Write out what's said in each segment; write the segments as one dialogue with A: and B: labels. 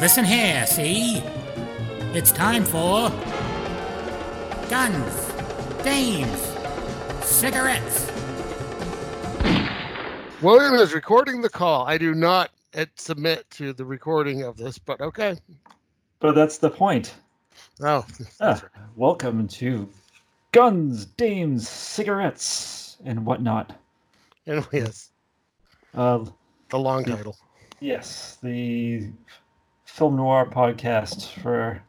A: Listen here, see? It's time for. Guns, dames, cigarettes.
B: William is recording the call. I do not uh, submit to the recording of this, but okay.
C: But that's the point.
B: Oh,
C: Ah,
B: that's right.
C: Welcome to guns, dames, cigarettes, and whatnot.
B: And yes,
C: Uh,
B: the long title.
C: yes, the film noir podcast for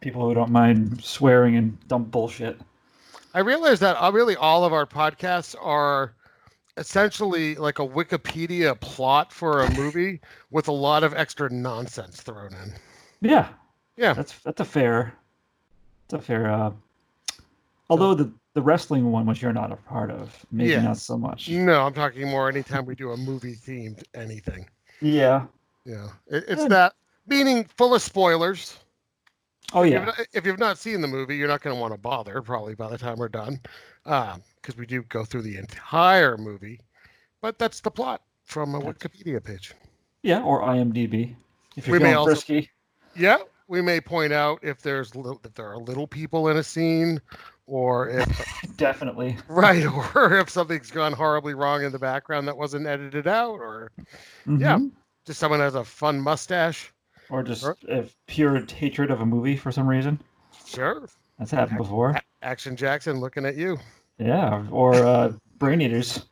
C: people who don't mind swearing and dumb bullshit.
B: I realize that uh, really all of our podcasts are essentially like a Wikipedia plot for a movie with a lot of extra nonsense thrown in.
C: Yeah,
B: Yeah.
C: that's that's a fair, that's a fair. Uh, although the the wrestling one, which you're not a part of, maybe
B: Yeah. Mm.
C: not so much.
B: No, I'm talking more anytime we do a movie themed anything.
C: Yeah.
B: Yeah, it, it's
C: Good.
B: that meaning full of spoilers.
C: Oh
B: If
C: yeah.
B: you've not- If you've not seen the movie, you're not going to want to bother probably by the time we're done, because we do go through the entire movie. But that's the plot from a
C: That's-
B: Wikipedia page.
C: Yeah, or IMDb. If you're
B: We may
C: feeling
B: also-
C: frisky.
B: Yeah, we may point out if there's lit- if there are little people in a scene, or if
C: Definitely.
B: right, or if something's gone horribly wrong in the background that wasn't edited out, or Yeah.
C: Mhm.
B: just someone has a fun mustache.
C: Or just
B: Or-
C: if pure hatred of a movie for some reason.
B: Sure,
C: That's happened before.
B: Action Jackson looking at you.
C: Yeah. Or uh, brain eaters.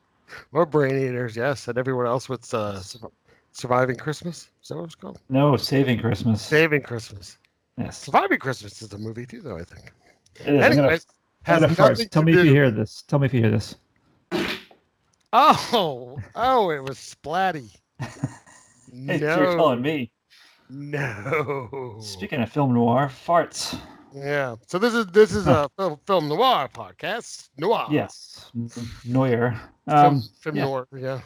B: Or Brain Eaters, yes, and everyone else with uh, Sur- Surviving Christmas. Is that what it's called?
C: No, saving Christmas.
B: Saving Christmas.
C: yes.
B: Surviving Christmas is a movie too, though I think.
C: It is. I'm gonna-
B: Anyways,
C: I'm
B: has
C: gonna fart.
B: nothing
C: Tell
B: to
C: me if
B: do-
C: you hear this. Tell me if you hear this.
B: Oh, oh, it was splatty.
C: Hey, You're
B: no,
C: telling me.
B: no.
C: Speaking of film noir, farts.
B: Yeah. So this is this is a fil- film noir podcast. Noir.
C: Yes. N- Noir.
B: Film,
C: Um,
B: film
C: yeah.
B: noir. Yeah.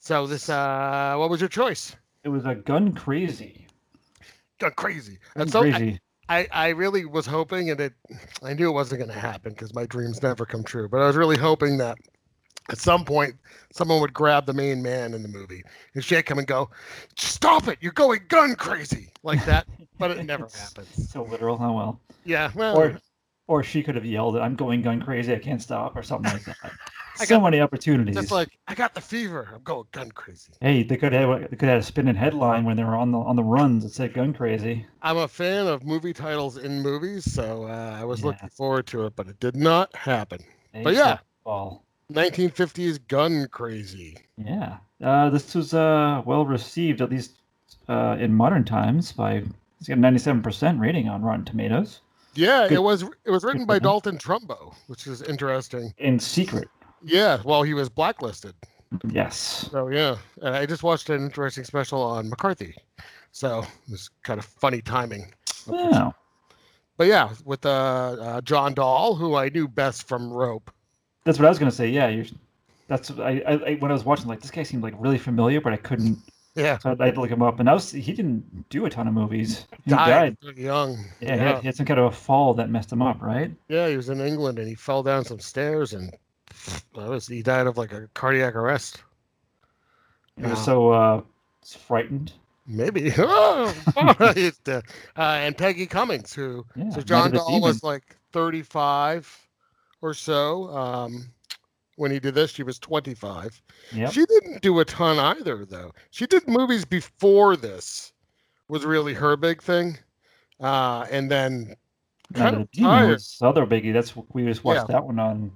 B: So this, uh, what was your choice?
C: it was a gun crazy.
B: Got crazy.
C: Gun
B: And so I-
C: crazy.
B: I, I really was hoping, and it, I knew it wasn't going to happen because my dreams never come true. But I was really hoping that at some point someone would grab the main man in the movie and shake him and go, "Stop it! You're going gun crazy!" like that. But it never
C: It's
B: happens. Uh.
C: So literal. How well.
B: Yeah. Well,
C: or or she could have yelled i'm going gun crazy i can't stop or something like that
B: I
C: so
B: got-
C: many opportunities
B: just like I got the fever. I'm going gun crazy.
C: hey they could have they could have a spinning headline when they were on the on the runs that said gun crazy
B: I'm a fan of movie titles in movies, so uh, I was
C: Yeah.
B: looking forward to it, but it did not happen.
C: They
B: But yeah.
C: shot the ball.
B: 1950s gun crazy.
C: yeah uh, this was uh well received at least uh in modern times by it's got a 97% rating on rotten tomatoes
B: Yeah,
C: Good-
B: it was it was written
C: for
B: by
C: them.
B: Dalton Trumbo, which is interesting.
C: in secret
B: Yeah, well, he was blacklisted.
C: yes
B: So yeah, and I just watched an interesting special on McCarthy. So it was kind of funny timing.
C: yeah
B: But yeah, with uh, uh, John Dahl, who I knew best from Rope.
C: that's what i was gonna say yeah you're that's I, I I- when i was watching like this guy seemed like really familiar but i couldn't
B: Yeah,
C: So I had to look him up, and I was, he didn't do a ton of movies. He died.
B: died, young.
C: Yeah, He, had, he had some kind of a fall that messed him up, right?
B: yeah, he was in England and he fell down some stairs and that was he died of like a cardiac arrest.
C: He was
B: Wow.
C: so uh, frightened.
B: Maybe. Oh, he's dead. Uh, and Peggy Cummings, who
C: Yeah,
B: so
C: Night
B: John
C: of the
B: Dahl was like 35 or so um, when he did this. She was 25.
C: Yep.
B: She didn't do a ton either, though. She did movies before this was really her big thing, uh, and then
C: Night
B: kind
C: of the
B: of
C: Demon
B: tired.
C: was this other biggie. That's we just watched that one on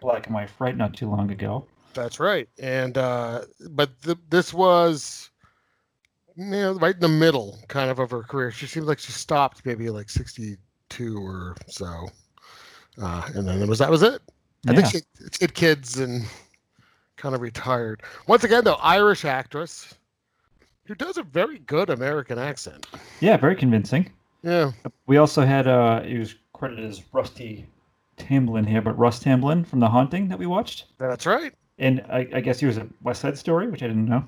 C: Black and White Fright not too long ago.
B: That's right. And uh, but th- this was you know, right in the middle kind of of her career. She seems like she stopped maybe like 62 or so. Uh, and then it was that was it. I
C: Yeah.
B: think she she had kids and kind of retired. Once again though, Irish actress who does a very good American accent.
C: yeah, very convincing.
B: Yeah.
C: We also had uh, he was credited as Rusty Tamblin here, but Russ Tamblin from The Haunting that we watched,
B: That's right.
C: and I, I guess he was a West Side Story, which I didn't know.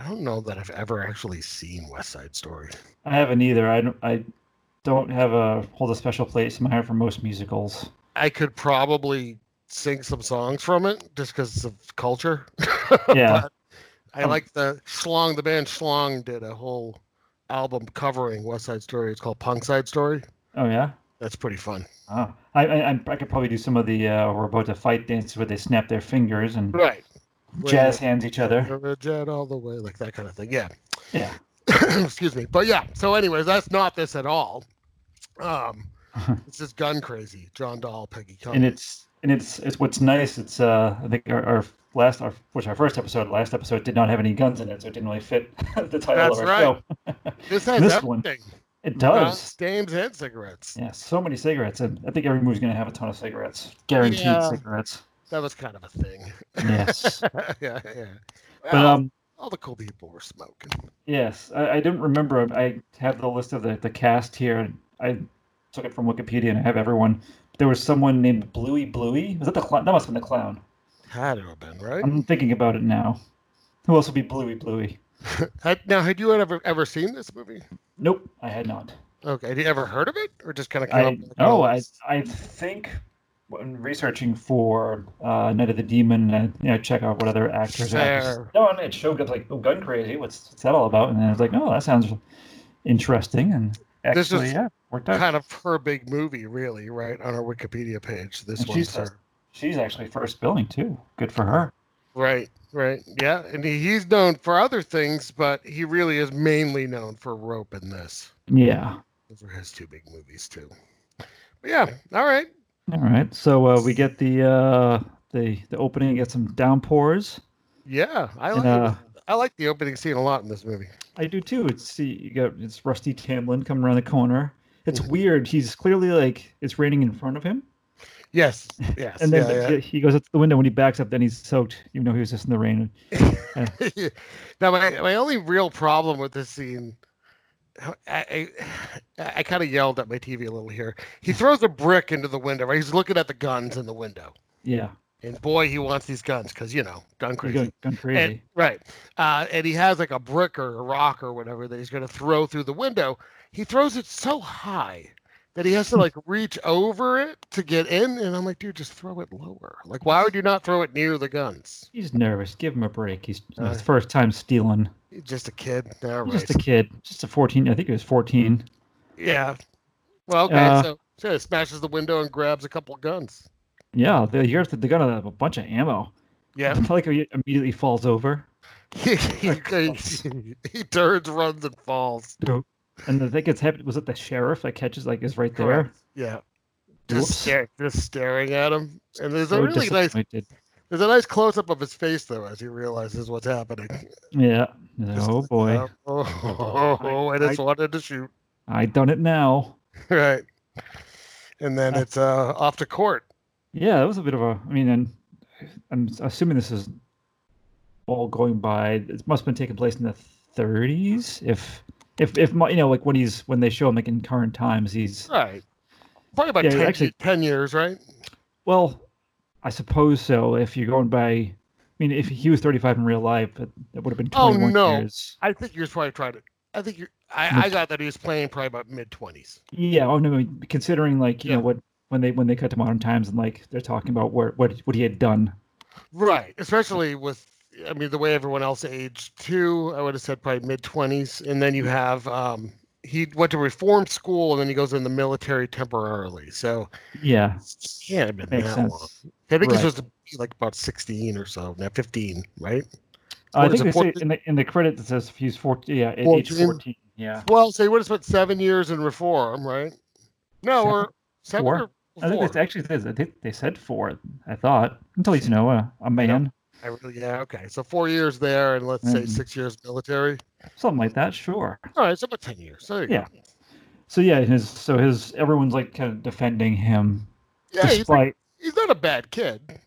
B: I don't know that I've ever actually seen West Side Story.
C: I haven't either. I don't, I don't have a hold a special place in my heart for most musicals.
B: I could probably sing some songs from it just because of culture.
C: Yeah,
B: I
C: Um,
B: like the Schlong. The band Schlong did a whole album covering West Side Story. It's called Punk Side Story.
C: Oh yeah.
B: That's pretty fun.
C: Oh, I, I I'm- I could probably do some of the uh, we're about to fight dances where they snap their fingers and
B: Right.
C: jazz hands each other.
B: You're a jet all the way, like that kind of thing. Yeah.
C: Yeah.
B: Excuse me. But yeah. So, anyways, that's not this at all. Um, it's just gun crazy. John Dahl, Peggy
C: and
B: Cummings.
C: it's and it's it's what's nice. It's uh I think our, our last our which our first episode last episode did not have any guns in it, so it didn't really fit the title
B: That's
C: of
B: right.
C: our show.
B: This has
C: this one
B: everything.
C: it
B: Guns,
C: does.
B: games, and cigarettes.
C: Yeah, so many cigarettes, and I think every movie's gonna have a ton of cigarettes, guaranteed
B: Yeah.
C: cigarettes.
B: That was kind of a thing.
C: Yes,
B: yeah, yeah.
C: but
B: Well,
C: um,
B: all the cool people were smoking.
C: yes, I, I didn't remember. um, I have the list of the the cast here. and I took it from Wikipedia, and I have everyone. There was someone named Bluey Bluey. Was that the clown? That must have been the clown.
B: Had to have been right.
C: I'm thinking about it now. Who else would be Bluey Bluey?
B: Had, now, had you ever ever seen this movie?
C: Nope, I had not.
B: Okay, had you ever heard of it, or just kind of?
C: I no, I I think when researching for uh, Night of the Demon, I you know check out what other actors. are
B: Fair.
C: No, and it showed up like oh, gun crazy. What's, what's that all about? And then I was like, oh, that sounds interesting. And
B: This
C: actually,
B: is
C: yeah, worked out.
B: kind of her big movie, really, right on her Wikipedia page. This
C: And
B: one's
C: she's,
B: her.
C: she's actually first building too. Good for her.
B: Right, right, yeah, and he, he's known for other things, but he really is mainly known for Rope in this.
C: Yeah.
B: Those are his two big movies too. But yeah, all right.
C: All right. So uh, we get the uh, the the opening. Get some downpours.
B: Yeah, I like
C: And, uh,
B: I like the opening scene a lot in this movie.
C: I do too. It's see, you got it's Rusty Tamlin coming around the corner. It's weird. He's clearly like it's raining in front of him,
B: Yes, yes,
C: and then
B: yeah, yeah.
C: he- he goes out the window. When he backs up, then he's soaked, even though he was just in the rain.
B: now my, my only real problem with this scene I, I, I kind of yelled at my TV a little here. He throws a brick into the window, right? He's looking at the guns in the window.
C: Yeah,
B: And boy, he wants these guns because, you know, gun
C: he's
B: crazy.
C: going, going crazy.
B: And, right. Uh, and he has like a brick or a rock or whatever that he's going to throw through the window. He throws it so high that he
C: Hmm.
B: has to like reach over it to get in. And I'm like, dude, just throw it lower. Like, why would you not throw it near the guns?
C: he's nervous. Give him a break. He's you know, his
B: Uh,
C: first time stealing.
B: He's Just a kid. All
C: He's
B: right.
C: Just a kid, just a fourteen. I think he was fourteen.
B: Yeah. Well, okay.
C: Uh,
B: so, so he smashes the window and grabs a couple guns.
C: Yeah, the, here's the, they got a, a bunch of ammo.
B: Yeah.
C: I like how he immediately falls over.
B: he, he, he, he turns, runs, and falls.
C: And I think it's happened. Was it the sheriff that catches like is right there?
B: Correct. Yeah.
C: Whoops.
B: Just, stare, just staring at him. And there's a
C: So
B: really nice
C: disappointed.
B: there's a nice close up of his face though as he realizes what's happening.
C: Yeah.
B: Just
C: oh
B: like,
C: boy.
B: uh, oh, oh, oh, I just wanted to shoot.
C: I done it now.
B: Right. And then it's uh off to court.
C: Yeah, that was a bit of a. I mean, and I'm assuming this is all going by. It must have been taking place in the 30s, if if if my- you know, like when he's when they show him like in current times, he's
B: Right. Probably about
C: Yeah,
B: 10,
C: actually-
B: 10 years, right?
C: well, I suppose so. If you're going by, I mean, if he was 35 in real life, it, it would have been
B: Oh,
C: 21
B: no.
C: years.
B: I think you're probably trying to I think you're I,
C: Mid-
B: I got that he was playing probably about mid twenties.
C: Yeah, oh no, considering like you
B: Yeah.
C: know what when they when they cut to modern times and like they're talking about where what what he had done.
B: Right. Especially with I mean the way everyone else aged too, I would have said probably mid twenties. And then you have um he went to reform school and then he goes in the military temporarily. So
C: Yeah,
B: can't have been
C: makes
B: that long.
C: sense.
B: I think
C: Right.
B: he's supposed to be like about 16 or so. Now 15, right?
C: Uh, I
B: What is
C: think they
B: it,
C: say
B: 14?
C: in the in the credit it says he's fourteen. Yeah, at age
B: 14?
C: fourteen. Yeah,
B: Well, so he would have spent seven years in reform, right? No,
C: Seven?
B: or seven
C: Four?
B: or
C: I think
B: four.
C: they actually says I think they said four. I thought until he's you know a, a man,
B: I really, yeah, okay. So four years there and let's say
C: Mhm.
B: six years military.
C: something like that. Sure.
B: All right, so about 10 years. There you
C: Yeah. So yeah, his so his everyone's like kind of defending him.
B: go. Yeah, he's,
C: despite,
B: he's not a bad kid.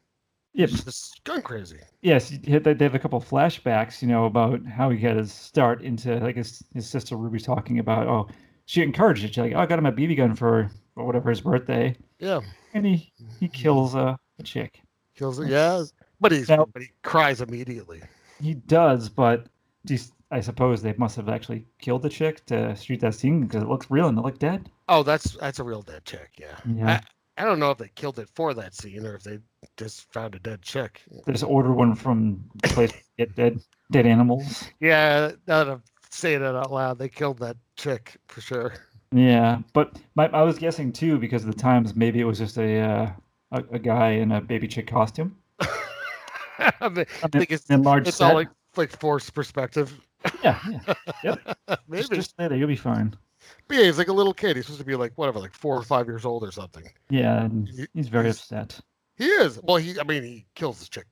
C: yeah,
B: He's just gun crazy.
C: Yes, he- he- they they have a couple flashbacks, you know, about how he got his start into like his, his sister Ruby's talking about. Oh, she encouraged it. She's like, oh, I got him a BB gun for or whatever his birthday,
B: Yeah.
C: and he he
B: Mm-hmm.
C: kills a, a chick.
B: Kills it. Yeah. But, he's,
C: Now-
B: but he cries immediately.
C: He does, but do you s- I suppose they must have actually killed the chick to shoot that scene because it looks real and it looked dead.
B: Oh, that's that's a real dead chick. Yeah.
C: Yeah.
B: I, I don't know if they killed it for that scene or if they just found a dead chick.
C: They just ordered one from the place to get dead dead animals.
B: Yeah, out of saying it out loud. They killed that chick for sure.
C: Yeah, but my, I was guessing too because of the times maybe it was just a uh, a, a guy in a baby chick costume.
B: I mean, I
C: mean,
B: think it's,
C: in large
B: it's
C: set.
B: all like, like forced perspective.
C: Yeah, yeah. Yep.
B: Maybe
C: just, just lay there, you'll be fine.
B: behaves like a little kid. He's supposed to be like whatever, like four or five years old or something.
C: Yeah, and
B: He-
C: he's very
B: he's-
C: upset.
B: He is. Well, he. I mean, he kills this chick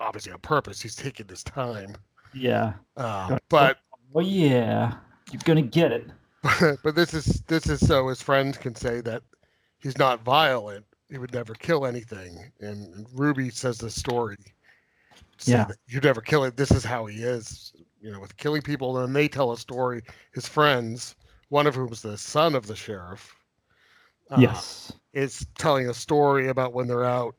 B: obviously on purpose. He's taking his time.
C: Yeah.
B: Uh,
C: Gotcha.
B: but
C: Oh yeah, you're gonna get it.
B: but this is this is so his friends can say that he's not violent. He would never kill anything. And Ruby says the story. so
C: Yeah.
B: that You'd never kill it. This is how he is. You know, with killing people. And they tell a story. His friends, one of whom is the son of the sheriff. uh,
C: yes.
B: is telling a story about when they're out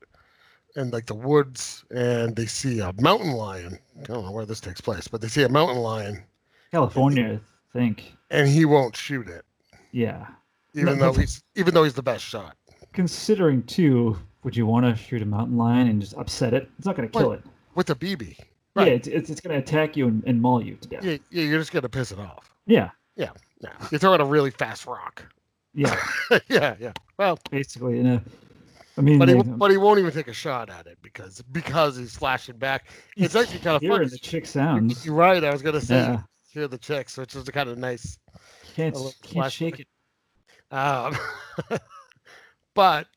B: in like the woods and they see a mountain lion. I don't know where this takes place, but they see a mountain lion
C: California, I think.
B: and he won't shoot it,
C: Yeah.
B: even
C: No,
B: though he's even though he's the best shot.
C: Considering too, would you want to shoot a mountain lion and just upset it? It's not gonna kill it.
B: With a BB.
C: Yeah,
B: Right.
C: it's, it's, it's gonna attack you and, and maul you to death.
B: Yeah, yeah, you're just gonna piss it off.
C: Yeah.
B: No. You're throwing a really fast rock.
C: Yeah.
B: yeah, yeah. Well,
C: Basically, in a. I mean,
B: but he,
C: they-
B: but he won't even take a shot at it because because he's flashing back.
C: you
B: It's actually kind of
C: hear
B: funny.
C: the chick sounds.
B: You're right. I was gonna say
C: Yeah.
B: hear the chicks, which is kind of nice
C: Can't
B: a little
C: can't
B: flash-
C: shake it.
B: Um, but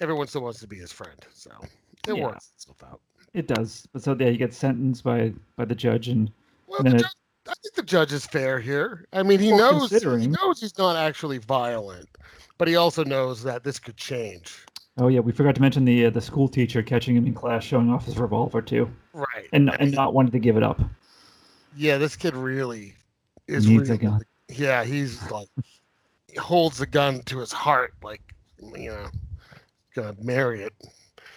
B: everyone still wants to be his friend, so it
C: Yeah.
B: works itself out.
C: It does. But so yeah, you get sentenced by by the judge and
B: Well,
C: And
B: the
C: then it-
B: judge, I think the judge is fair here. I mean, he
C: Well,
B: knows he
C: considering-
B: knows he's not actually violent, but he also knows that this could change.
C: oh yeah, we forgot to mention the uh, the school teacher catching him in class showing off his revolver too,
B: Right.
C: and and not wanting to give it up.
B: yeah, this kid really is
C: Needs a
B: really-
C: gun.
B: Yeah, he's like he holds the gun to his heart, like you know, gonna marry it.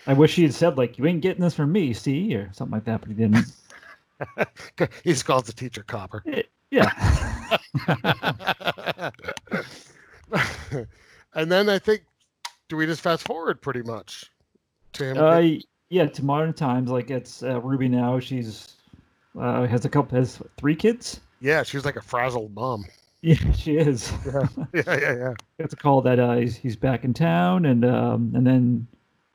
C: I wish he had said like, "You ain't getting this from me, see," or something like that, but he didn't.
B: He just calls the teacher copper.
C: Yeah,
B: and then I think, do we just fast forward pretty much to him?
C: uh, yeah. To modern times, like it's uh, Ruby now. She's uh, has a couple, has three kids.
B: yeah, she was like a frazzled mom.
C: Yeah, she is.
B: Yeah, yeah, yeah.
C: It's a call that uh, he's, he's back in town, and um, and then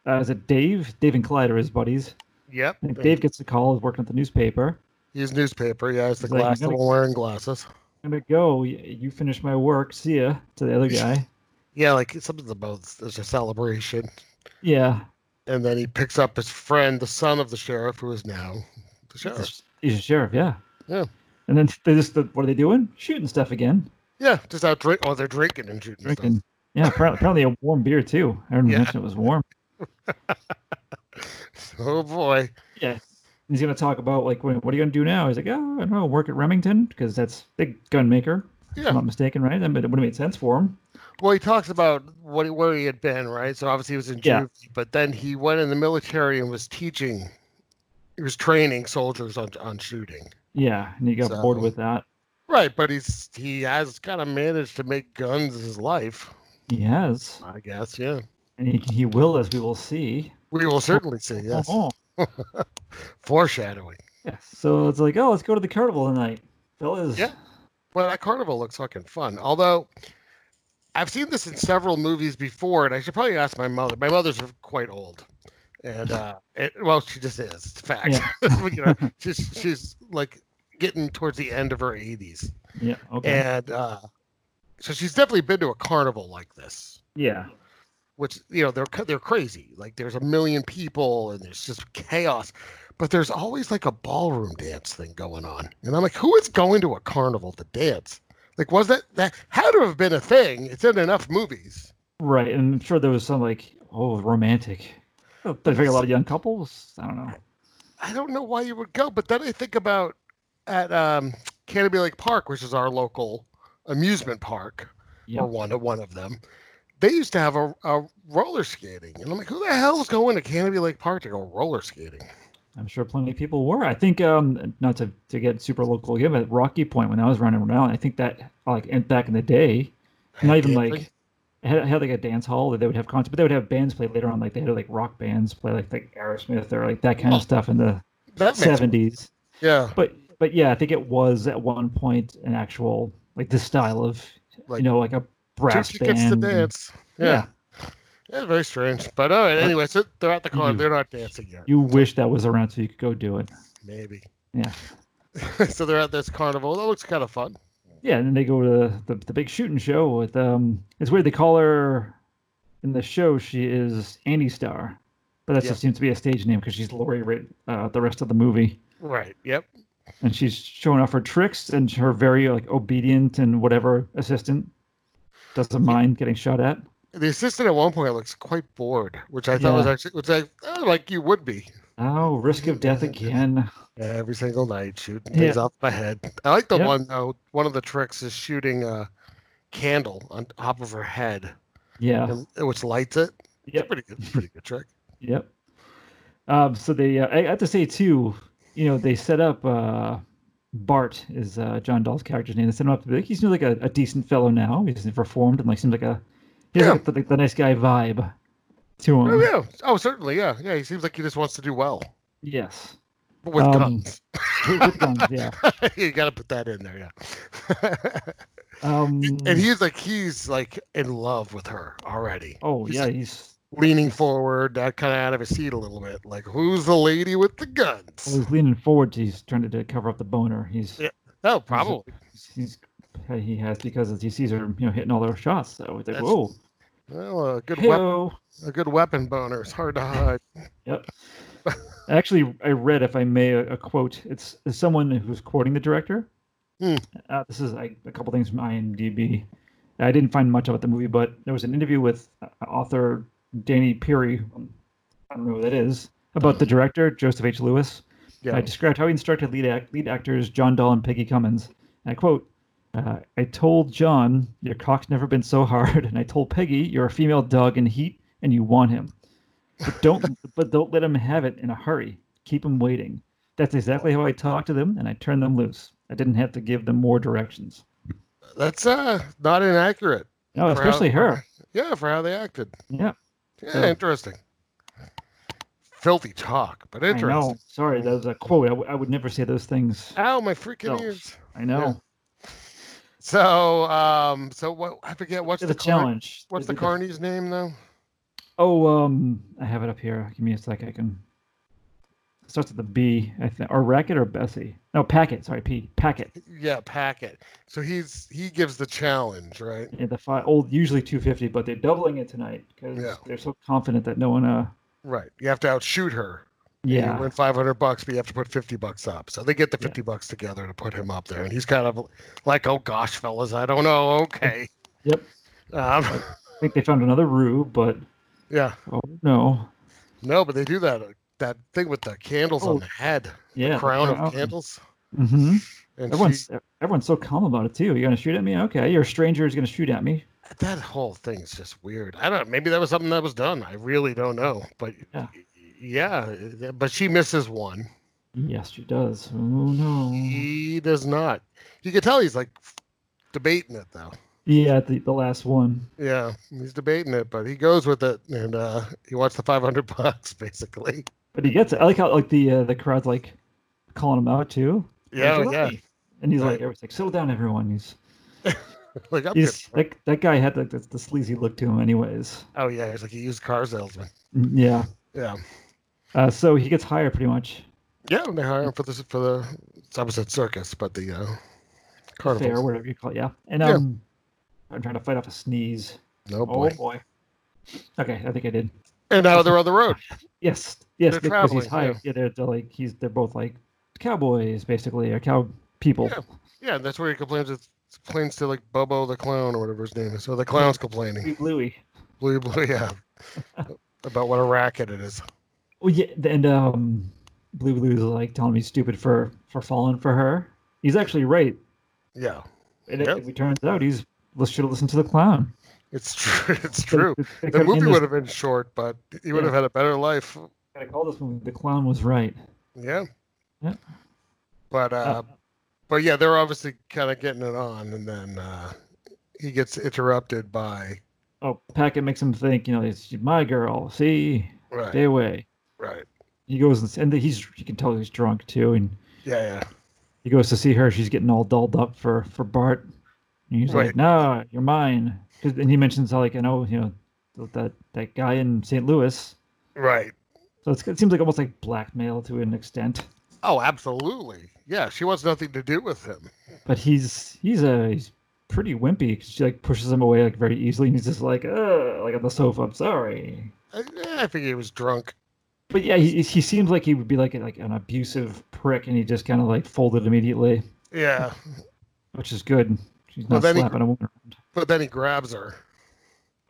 C: uh, is it Dave? Dave and Clyde are his buddies.
B: Yep.
C: I think Dave gets the call. Is working at the newspaper.
B: He's newspaper. Yeah, it's the
C: He's like,
B: glass.
C: "I'm
B: the
C: gonna-
B: one wearing glasses.
C: I'm gonna go. y- You finish my work. See ya. To the other guy.
B: Yeah, like something about there's a celebration,
C: Yeah.
B: and then he picks up his friend, the son of the sheriff, who is now the sheriff.
C: He's a sheriff. Yeah.
B: Yeah.
C: And then they just what are they doing? Shooting stuff again.
B: Yeah, just out drink. Oh, they're drinking and shooting. stuff.
C: Drinking. Yeah, apparently, apparently a warm beer too. I didn't
B: Yeah.
C: mention it was warm.
B: Oh boy.
C: Yeah. He's gonna talk about like what what are you gonna do now? He's like, oh, I don't know, work at Remington because that's big gun maker. If
B: Yeah.
C: I'm not mistaken, right? That would have made sense for him.
B: Well, he talks about what where he had been, right? So obviously he was in
C: Yeah.
B: juvie, but then he went in the military and was teaching. He was training soldiers on on shooting,
C: Yeah, and he got bored
B: So-
C: with that.
B: right? But he's he has kind of managed to make guns his life,
C: He has,
B: I guess. Yeah,
C: and he, he will, as we will see.
B: we will certainly see. Yes,
C: Uh-huh.
B: foreshadowing.
C: Yeah. So it's like, oh, let's go to the carnival tonight, fellas.
B: Yeah. Well, that carnival looks fucking fun. Although I've seen this in several movies before, and I should probably ask my mother. My mother's quite old, and uh, it, well, she just is. It's a fact. you know, she's she's like getting towards the end of her eighties,
C: Yeah. Okay.
B: and uh, so she's definitely been to a carnival like this.
C: yeah.
B: Which you know they're ca- they're crazy. Like there's a million people and there's just chaos, but there's always like a ballroom dance thing going on. And I'm like, who is going to a carnival to dance? Like, was that that had to have been a thing? It's in enough movies.
C: Right, and I'm sure there was some like, oh, romantic. But I figure a lot of young couples. I don't know.
B: Oh, I don't know why you would go, but then I think about at um, Canterbury Lake Park, which is our local amusement park,
C: Yeah.
B: or one one of them. They used to have a, a roller skating, and I'm like, who the hell's going to Canterbury Lake Park to go roller skating?
C: I'm sure plenty of people were. I think um not to, to get super local again, but Rocky Point when I was running around, I think that like in, back in the day, not even
B: Dancing?
C: like it had, it had like a dance hall that they would have concerts, but they would have bands play later on. Like they had like rock bands play like like Aerosmith or like that kind
B: Oh,
C: of stuff in the
B: that makes-
C: seventies.
B: Yeah,
C: But but yeah, I think it was at one point an actual like this style of
B: Like,
C: you know like a brass
B: Gypsy
C: band.
B: gets to
C: and-
B: dance. Yeah.
C: yeah.
B: It's very strange. But all right, anyway, so they're at the car.
C: Mhm.
B: They're not dancing yet.
C: You wish that was around so you could go do it.
B: Maybe.
C: Yeah.
B: so they're at this carnival. That looks kind of fun.
C: Yeah, and then they go to the, the big shooting show with um it's weird they call her in the show she is Andy Star. But that
B: Yeah.
C: just seems to be a stage name because she's Lori Ra- uh, the rest of the movie.
B: Right. Yep.
C: And she's showing off her tricks and her very like obedient and whatever assistant doesn't mind getting shot at.
B: The assistant at one point looks quite bored, which I thought was
C: Yeah.
B: actually, which I oh, like you would be
C: Oh, risk of death again.
B: every single night, shooting things
C: Yeah.
B: off my head. I like the
C: Yep.
B: one though. One of the tricks is shooting a candle on top of her head,
C: Yeah.
B: and, uh, which lights it. It's a
C: Uh-huh. Yep.
B: pretty good, pretty good trick.
C: Yep. Um, so they, uh, I I have to say too, you know, they set up uh, Bart is uh, John Dahl's character's name. They set him up to be like he's like a, a decent fellow now. He's reformed and like seems like a he has
B: Yeah.
C: like, the, like the nice guy vibe to him.
B: Oh yeah. Oh certainly. Yeah. Yeah. He seems like he just wants to do well
C: Yes.
B: but with
C: Um,
B: guns.
C: With- with guns, yeah.
B: you got to put that in there. Yeah.
C: Um,
B: and he's like he's like in love with her already.
C: oh
B: he's-
C: yeah, he's
B: leaning forward, uh, kind of out of his seat a little bit. Like, who's the lady with the
C: well,
B: guns?
C: he's leaning forward. He's trying to, to cover up the boner. He's
B: Yeah. Oh, probably.
C: he's he has because he sees her, you know, hitting all their shots. So it's like,
B: That's-
C: whoa,
B: Well, a good weapon,
C: hey-o.
B: a good weapon boner. It's hard to hide.
C: Yep. Actually, I read, if I may, a, a quote. It's, it's someone who's quoting the director.
B: Hmm.
C: Uh, this is like, a couple things from IMDb. I didn't find much about the movie, but there was an interview with uh, author Danny Peary. um, I don't know who that is. About the director, Joseph H. Lewis.
B: Yeah.
C: I described how he instructed lead, act, lead actors John Dahl and Peggy Cummins. And I quote, uh, I told John, your cock's never been so hard. And I told Peggy, you're a female dog in heat and you want him. But don't, but don't let him have it in a hurry. Keep him waiting. That's exactly how I talked to them and I turned them loose. I didn't have to give them more directions.
B: That's uh not inaccurate.
C: No,
B: For how-
C: especially her.
B: Yeah, for how they acted.
C: Yeah.
B: Yeah,
C: Yeah.
B: interesting. Filthy talk, but
C: I know.
B: interesting.
C: Sorry, that was a quote. I, w- I would never say those things.
B: Ow, my freaking
C: No.
B: ears.
C: I know.
B: So, um, so what? I forget what's
C: It's
B: the
C: a
B: car,
C: challenge.
B: what's the
C: Is it a-
B: carney's name though?
C: Oh, um, I have it up here. Give me a sec. I can. It starts with the B, I think, or racket or Bessie. No, packet. Sorry, P. Packet.
B: Yeah, Packet. So he's he gives the challenge, right?
C: Yeah, the five, old usually two fifty, but they're doubling it tonight because
B: Yeah.
C: they're so confident that no one. Uh,
B: Right. You have to outshoot her. You
C: yeah,
B: win 500 bucks, but you have to put 50 bucks up. So they get the
C: Yeah.
B: 50 bucks together to put him up there. And he's kind of like, oh gosh, fellas, I don't know. Okay.
C: Yep.
B: Um,
C: I think they found another rue, but
B: yeah.
C: oh no,
B: No, but they do that that thing with the candles
C: Oh,
B: on the head,
C: yeah, the
B: crown of candles.
C: hmm
B: And she,
C: Everyone's everyone's so calm about it too. You're gonna shoot at me? Okay, you're a stranger who's gonna shoot at me.
B: that whole thing is just weird. I don't Maybe that was something that was done. I really don't know. But
C: Yeah.
B: yeah, but she misses one.
C: Yes, she does. Oh
B: Mm-hmm.
C: no.
B: He does not. You can tell he's like debating it though.
C: Yeah, the, the last one.
B: Yeah, he's debating it, but he goes with it, and uh, he wants the 500 bucks, basically.
C: But he gets it. I like how like the uh, the crowd's like calling him out too.
B: Yeah, oh,
C: Like,
B: yeah.
C: "Hey." And he's
B: Right.
C: like, everyone's like, settle down, everyone. He's
B: Like, I'm
C: he's
B: good.
C: like that guy had like the, the sleazy look to him, anyways.
B: Oh, yeah, he's like a used car salesman.
C: Mm, Yeah.
B: Yeah.
C: Uh, so he gets hired pretty much.
B: Yeah, and they hire him for the, for the Somerset Circus, but the uh,
C: Fair,
B: carnival.
C: whatever you call it. Yeah. And
B: Yeah.
C: um, I'm trying to fight off a sneeze. Oh,
B: No boy.
C: Okay, I think I did.
B: And now they're on the road.
C: Yes. Yes.
B: They're
C: because
B: traveling,
C: he's
B: yeah.
C: hired. Yeah. they're, they're like he's they're both like cowboys basically or cow people.
B: Yeah. Yeah, and that's where he complains with, complains to like Bobo the clown or whatever his name is. So the clown's complaining.
C: Big Louie.
B: Blue, blue, yeah. About what a racket it is.
C: Well, yeah, th- and um, Blue Blue's like telling me stupid for for falling for her. He's actually right,
B: Yeah,
C: and it,
B: Yep.
C: it turns out he's should have listened to the clown.
B: it's true. It's
C: They-
B: true.
C: they-
B: The
C: they could've
B: movie
C: named this-
B: would have been short, but he would
C: Yeah.
B: have had a better life
C: they called oh, this movie "The Clown Was Right."
B: Yeah.
C: Yeah.
B: But uh,
C: Uh,
B: but yeah, they're obviously kind of getting it on, and then uh, he gets interrupted by
C: Oh, Packet makes him think, you know, it's my girl. See,
B: right,
C: stay away.
B: right,
C: He goes and, and he's you can tell he's drunk too, and
B: yeah, yeah.
C: He goes to see her. She's getting all dolled up for for Bart. And he's
B: Right.
C: like, "No, you're mine." 'Cause- And he mentions how, like, I know, you know, that that guy in St. Louis.
B: Right.
C: So it's, it seems like almost like blackmail to an extent.
B: Oh, absolutely. Yeah, she wants nothing to do with him.
C: But he's he's a he's pretty wimpy. 'cause She like pushes him away like very easily, and he's just like, "Ugh," like on the sofa. I'm sorry.
B: I, I think he was drunk.
C: But yeah, he, he seems like he would be like a- like an abusive prick, and he just kind of like folded immediately,
B: Yeah,
C: which is good. She's
B: Well,
C: not
B: then he-
C: slapping him around.
B: but then he grabs her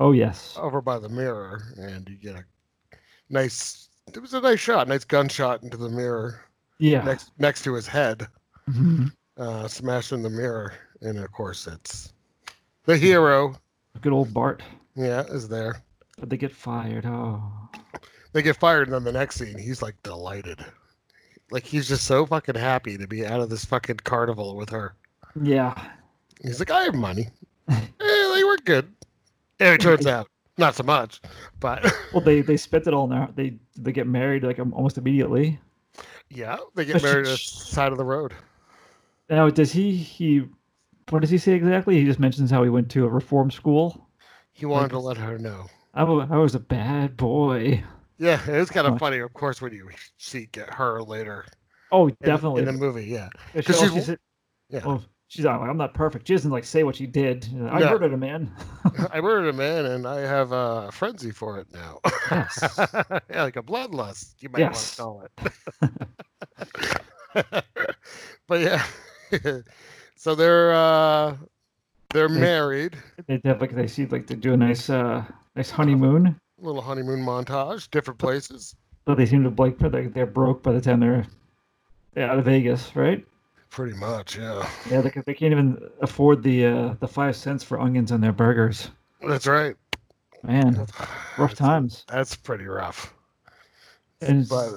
C: Oh yes,
B: over by the mirror, and you get a nice. It was a nice shot, nice gunshot into the mirror
C: yeah.
B: next next to his head,
C: Mhm.
B: uh, smashing the mirror. And of course, it's the hero.
C: Good old Bart.
B: Yeah, is there.
C: But they get fired. Oh,
B: They get fired, and then the next scene, he's like delighted. Like he's just so fucking happy to be out of this fucking carnival with her.
C: yeah.
B: He's like, I have money. hey, they were good. And it turns out, not so much. But
C: Well, they they spent it all now. They they get married like um, almost immediately.
B: yeah, they get
C: But she-
B: married on the side of the road.
C: Now, does he he? What does he say exactly? He just mentions how he went to a reform school.
B: He wanted to let her know.
C: I wa- I was a bad boy.
B: Yeah, it was kind
C: Right.
B: of funny, of course, when you see get her later.
C: Oh,
B: in-
C: definitely.
B: In the movie, yeah.
C: Because
B: 'Cause
C: she,
B: she's-
C: she's,
B: yeah.
C: oh, she's not like I'm not perfect. She doesn't like say what she did. You know, I
B: No.
C: murdered a man.
B: I murdered a man and I have a frenzy for it now.
C: Yes.
B: yeah, like a bloodlust, you might
C: Yes.
B: want to call it. but yeah. so they're uh they're married.
C: they have like they see like they do a nice uh nice honeymoon,
B: little honeymoon montage, different places.
C: but they seem to like they're, they're broke by the time they're they're out of Vegas, right?
B: Pretty much, yeah.
C: Yeah, they, they can't even afford the uh the five cents for onions on their burgers.
B: That's right.
C: Man, rough
B: That's-
C: times.
B: That's pretty rough.
C: And
B: But-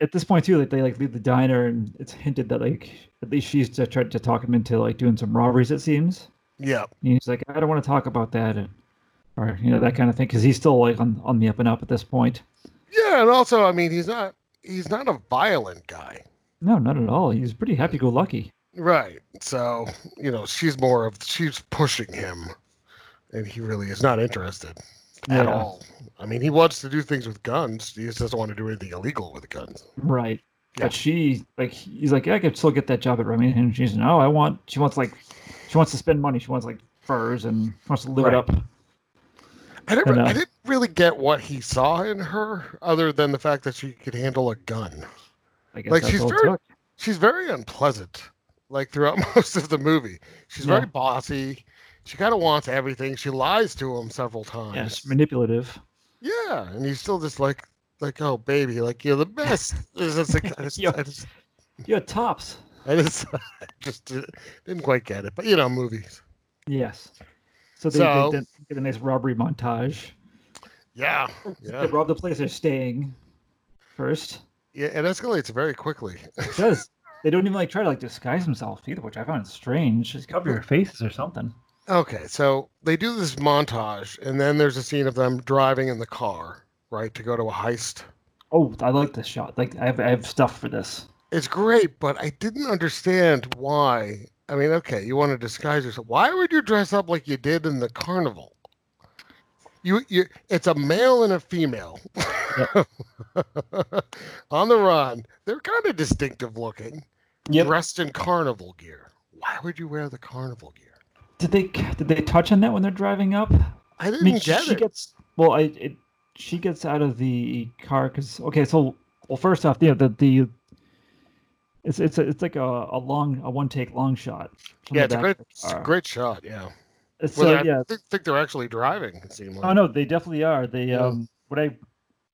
C: at this point too, like they like leave the diner, and it's hinted that like at least she's to try to talk him into like doing some robberies. It seems.
B: Yeah,
C: And he's like, I don't want to talk about that, and, or you know that kind of thing, because he's still like on, on the up and up at this point.
B: yeah, and also, I mean, he's not he's not a violent guy,
C: No, not at all. He's pretty happy-go-lucky.
B: right? So you know, she's more of she's pushing him, and he really is not interested at
C: Yeah.
B: all. I mean, he wants to do things with guns. He just doesn't want to do anything illegal with guns.
C: Right.
B: Yeah.
C: But she like he's like, yeah, I could still get that job at Remington. And she's no, I want she wants like she wants to spend money. She wants like furs and she wants to live
B: Right.
C: it up.
B: I didn't,
C: And,
B: I
C: uh,
B: didn't really get what he saw in her, other than the fact that she could handle a gun.
C: I guess
B: Like,
C: that's
B: she's
C: all it
B: very-
C: took.
B: she's very unpleasant like throughout most of the movie she's
C: Yeah.
B: very bossy she kind of wants everything she lies to him several times
C: yeah, she's manipulative.
B: yeah and he's still just like like oh baby like you're the best It's just like, I, just,
C: Yeah.
B: I just,
C: Yeah, tops.
B: I just I just di- didn't quite get it but you know movies
C: Yes. So they,
B: So-
C: they, did- get a nice robbery montage.
B: yeah yeah
C: They rob the place they're staying first.
B: yeah it escalates very quickly
C: It does. They don't even like try to like disguise themselves either, which I found strange. Just cover your faces or something.
B: okay so they do this montage and then there's a scene of them driving in the car right to go to a heist
C: Oh, I like this shot. Like I have, I have stuff for this.
B: It's great, but I didn't understand why. I mean, okay, you want to disguise yourself. Why would you dress up like you did in the carnival? You, you it's a male and a female on the run. They're kind of distinctive looking, dressed in carnival gear. Why would you wear the carnival gear?
C: Did they did they touch on that when they're driving up?
B: I
C: I
B: didn't
C: mean,
B: get
C: she
B: it.
C: gets well. I it, she gets out of the car because okay. So well, first off, you know, the the it's it's a, it's like a, a long a one take long shot. from
B: yeah,
C: the
B: it's a
C: back
B: great,
C: of the
B: it's a
C: car.
B: great shot. Yeah.
C: It's,
B: Well,
C: uh,
B: I
C: yeah.
B: think, think they're actually driving. It seemed like.
C: Oh no, they definitely are. They
B: Yeah.
C: um, what I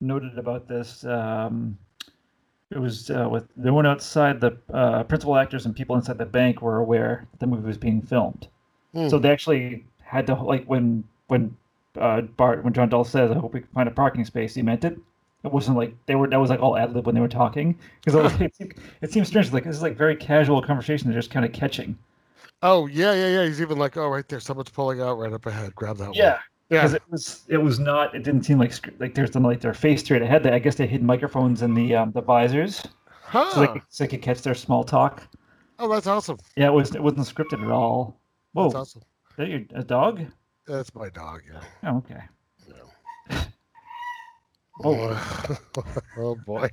C: noted about this um, it was uh, with no one outside the uh, principal actors and people inside the bank were aware the movie was being filmed.
B: Hmm.
C: So they actually had to like when when uh, Bart when John Dahl says, "I hope we can find a parking space," he meant it. It wasn't like they were. That was like all ad lib when they were talking because it, seemed- it seems strange. Like this is like very casual conversation. They're just kind of catching.
B: Oh yeah, yeah, yeah. He's even like, oh, right there, someone's pulling out right up ahead. Grab that one. Yeah.
C: because it was it was not. It didn't seem like sc- like there's some like their face straight ahead. They, I guess they hid microphones in the um, the visors
B: Huh.
C: so they, could, so they could catch their small talk.
B: Oh, that's awesome.
C: Yeah, it was it wasn't scripted at all. Whoa,
B: That's
C: is
B: awesome.
C: that your a dog?
B: That's my dog. Yeah.
C: Oh, okay.
B: Oh, oh boy.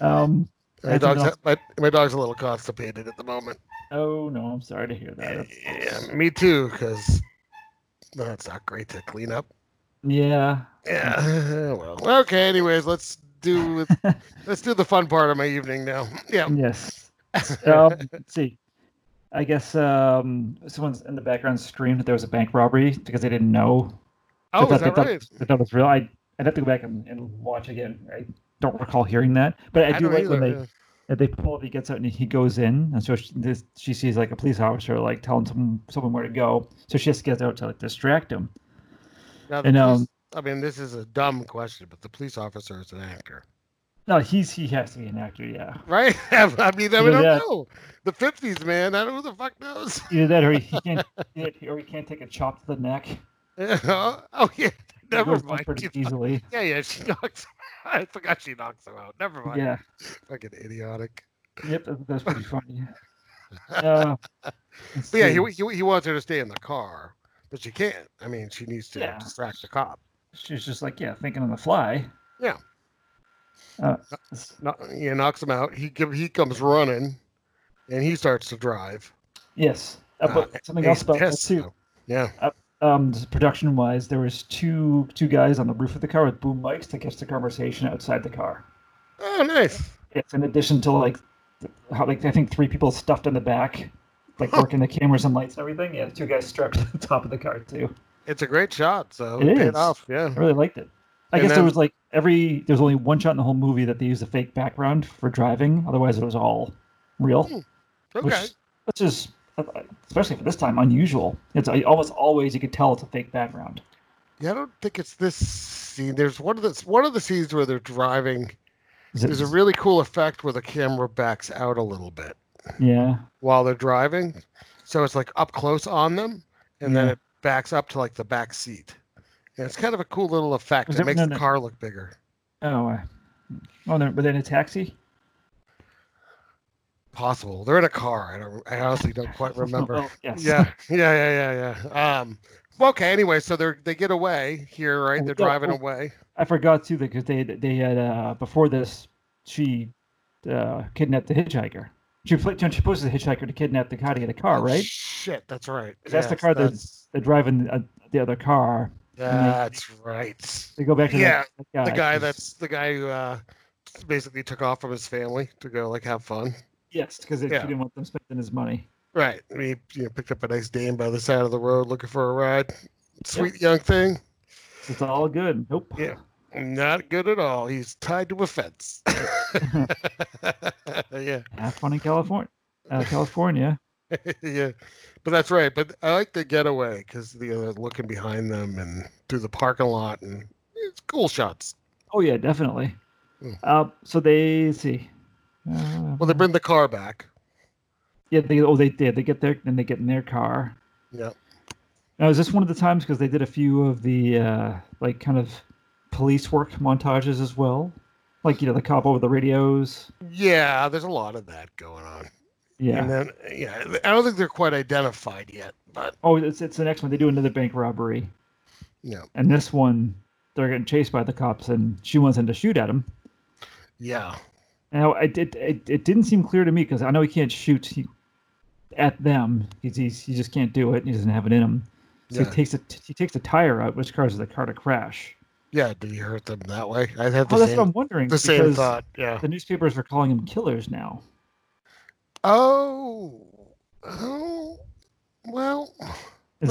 C: Um.
B: My
C: That's
B: dog's,
C: enough.
B: my, my dog's a little constipated at the moment.
C: Oh no, I'm sorry to hear that. That's-
B: Yeah, me too, because that's not great to clean up.
C: Yeah.
B: Yeah.
C: Mm.
B: Well. Okay. Anyways, let's do with, let's do the fun part of my evening now. Yeah.
C: Mm, Yes. Um, let's see. I guess um, someone's in the background screamed that there was a bank robbery because they didn't know. They
B: Oh,
C: thought-
B: is
C: they
B: that
C: thought-
B: right?
C: They thought it was real. I I'd have to go back and, and watch again. I don't recall hearing that, but I, do
B: don't
C: like when
B: either,
C: they if they pull up. He gets out and he goes in, and so she, this, she sees like a police officer like telling some, someone where to go. So she just gets out to like distract him.
B: yeah. Now, the
C: and,
B: police-
C: um,
B: I mean, this is a dumb question, but the police officer is an actor,
C: No, he's he has to be an actor. Yeah.
B: right? I mean, I,
C: Either
B: don't
C: that-
B: know. The fifties, man. I don't know who the fuck knows.
C: Either that, or he, he can't, or he can't take a chop to the neck. He
B: oh yeah. Never
C: goes down
B: mind.
C: pretty
B: You-
C: easily.
B: Yeah, yeah. She knocks. I forgot she knocks him out. Never mind.
C: Yeah.
B: Fucking idiotic.
C: Yep, that- that's pretty funny. Uh, let's
B: But yeah, he,
C: see.
B: wa- he wa- he wants her to stay in the car, but she can't. I mean, she needs to
C: Yeah.
B: distract the cop.
C: she's just like, yeah, thinking on the fly.
B: Yeah.
C: Uh, s-
B: No, he knocks him out. He give- he comes running, and he starts to drive.
C: yes, uh,
B: Uh,
C: but something
B: and
C: else
B: he
C: about that
B: tests
C: too.
B: him. Yeah.
C: Um, production-wise, there was two two guys on the roof of the car with boom mics to catch the conversation outside the car.
B: Oh, nice.
C: It's in addition to like, th- how like I think three people stuffed in the back, like working the cameras and lights and everything. Yeah, two guys strapped to the top of the car too.
B: It's a great shot. So
C: It
B: it paid
C: is.
B: off. Yeah.
C: I really liked it. I
B: And
C: guess there
B: then-
C: was like every there's only one shot in the whole movie that they used a fake background for driving. Otherwise, it was all real.
B: Hmm,
C: Which,
B: Okay.
C: which is especially for this time unusual. It's I- almost always you could tell it's a fake background.
B: Yeah, I don't think it's this scene. There's one of the one of the scenes where they're driving.
C: Is it-
B: There's a really cool effect where the camera backs out a little bit.
C: yeah,
B: while they're driving. So it's like up close on them, and then
C: Yeah.
B: it backs up to like the back seat. And it's kind of a cool little effect.
C: Was
B: It
C: it-
B: makes
C: no,
B: the
C: no.
B: car look bigger.
C: oh, uh, oh, they're, were they in a taxi?
B: Possible. They're in a car. I don't. I honestly don't quite remember.
C: Oh, yes.
B: yeah. Yeah. Yeah. Yeah. Yeah. Um. well, Okay. Anyway, so they're they get away here, right? They're
C: Oh, Yeah,
B: driving
C: well-
B: away.
C: I forgot too because they they had uh, before this she uh, kidnapped the hitchhiker. She pla- she poses the hitchhiker to kidnap the guy to get a car, right?
B: Oh, Shit. That's right.
C: That's the
B: Yes,
C: car that-
B: That's,
C: They're driving uh, the other car.
B: that's right.
C: They go back to
B: Yeah,
C: that, that guy.
B: The guy
C: 'cause-
B: that's the guy who uh, basically took off from his family to go like have fun.
C: yes, because he
B: yeah.
C: didn't want them spending his money.
B: Right. I mean, you know, picked up a nice dame by the side of the road looking for a ride. Sweet young thing.
C: It's all good. Nope.
B: Yeah. Not good at all. He's tied to a fence. yeah.
C: Have fun in California. Uh, California.
B: yeah. But that's right. But I like the getaway because the other looking behind them and through the parking lot and it's cool shots.
C: Oh yeah, definitely.
B: Hmm.
C: Uh, so they let's see. Uh,
B: Well, they bring the car back.
C: yeah, they oh they did. They get there and they get in their car.
B: Yeah.
C: Now is this one of the times because they did a few of the uh, like kind of police work montages as well, like you know the cop over the radios.
B: Yeah. There's a lot of that going on.
C: Yeah.
B: And then, yeah, I don't think they're quite identified yet, but
C: oh, it's it's the next one. They do another bank robbery.
B: you know,
C: And this one, they're getting chased by the cops, and she wants him to shoot at him.
B: yeah.
C: Now, I did. It, it didn't seem clear to me because I know he can't shoot he, at them. He's, he's he just can't do it. He doesn't have it in him. So
B: Yeah.
C: he takes a he takes a tire out, which causes the car to crash.
B: Yeah. Did he hurt them that way? I had the
C: Oh, that's
B: same
C: what I'm wondering.
B: the same
C: because
B: thought. Yeah.
C: The newspapers are calling him killers now.
B: Oh. Oh. Well,
C: Is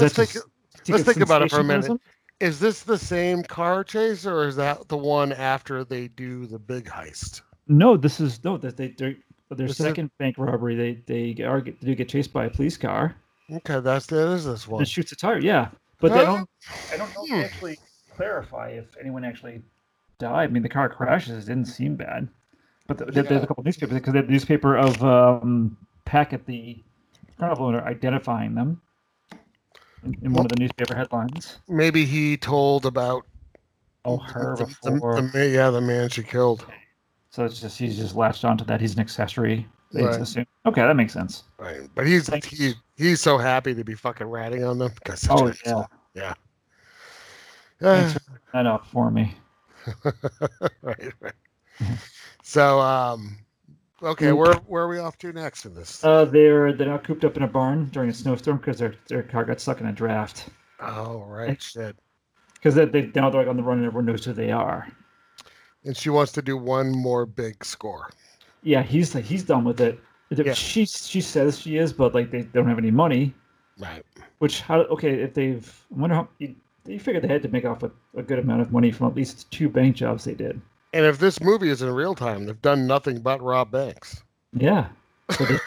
B: Let's
C: that
B: think-
C: just to
B: let's
C: get
B: think about it for a minute.
C: sensationalism?
B: is this the same car chase, or is that the one after they do the big heist?
C: No, this is no. That they they're, their
B: This is-
C: second bank robbery. They they are they do get chased by a police car.
B: Okay, that's that is this one.
C: It shoots a tire, yeah. But they
B: Huh?
C: don't. I don't know if they
B: Hmm.
C: actually clarify if anyone actually died. I mean, the car crashes. It didn't seem bad. But th- th- there's a couple newspapers because they have the newspaper of um, Pack at the carnival owner identifying them in, in one of the newspaper headlines.
B: Maybe he told about
C: Oh, her
B: the, the-
C: before.
B: the ma- yeah the man she killed.
C: so it's just he's just latched onto that. He's an accessory. They
B: Right.
C: assume. Okay, that makes sense.
B: Right. But he's
C: Thank-
B: he, he's so happy to be fucking ratting on them. Cause such
C: Oh
B: an
C: yeah,
B: asshole. yeah.
C: thanks for picking that up for me.
B: right, right. So, um, okay,
C: Mm.
B: where where are we off to next in this?
C: Uh, they're they're now cooped up in a barn during a snowstorm because their their car got stuck in a draft.
B: oh, right, shit.
C: Because they, they now they're like on the run and everyone knows who they are.
B: And she wants to do one more big score.
C: Yeah, he's like he's done with it.
B: Yeah.
C: She she says she is, but like they don't have any money.
B: Right.
C: Which how okay if they've I wonder how you, you figured they had to make off a, a good amount of money from at least two bank jobs they did.
B: And if this movie is in real time, they've done nothing but rob banks.
C: Yeah,
B: They,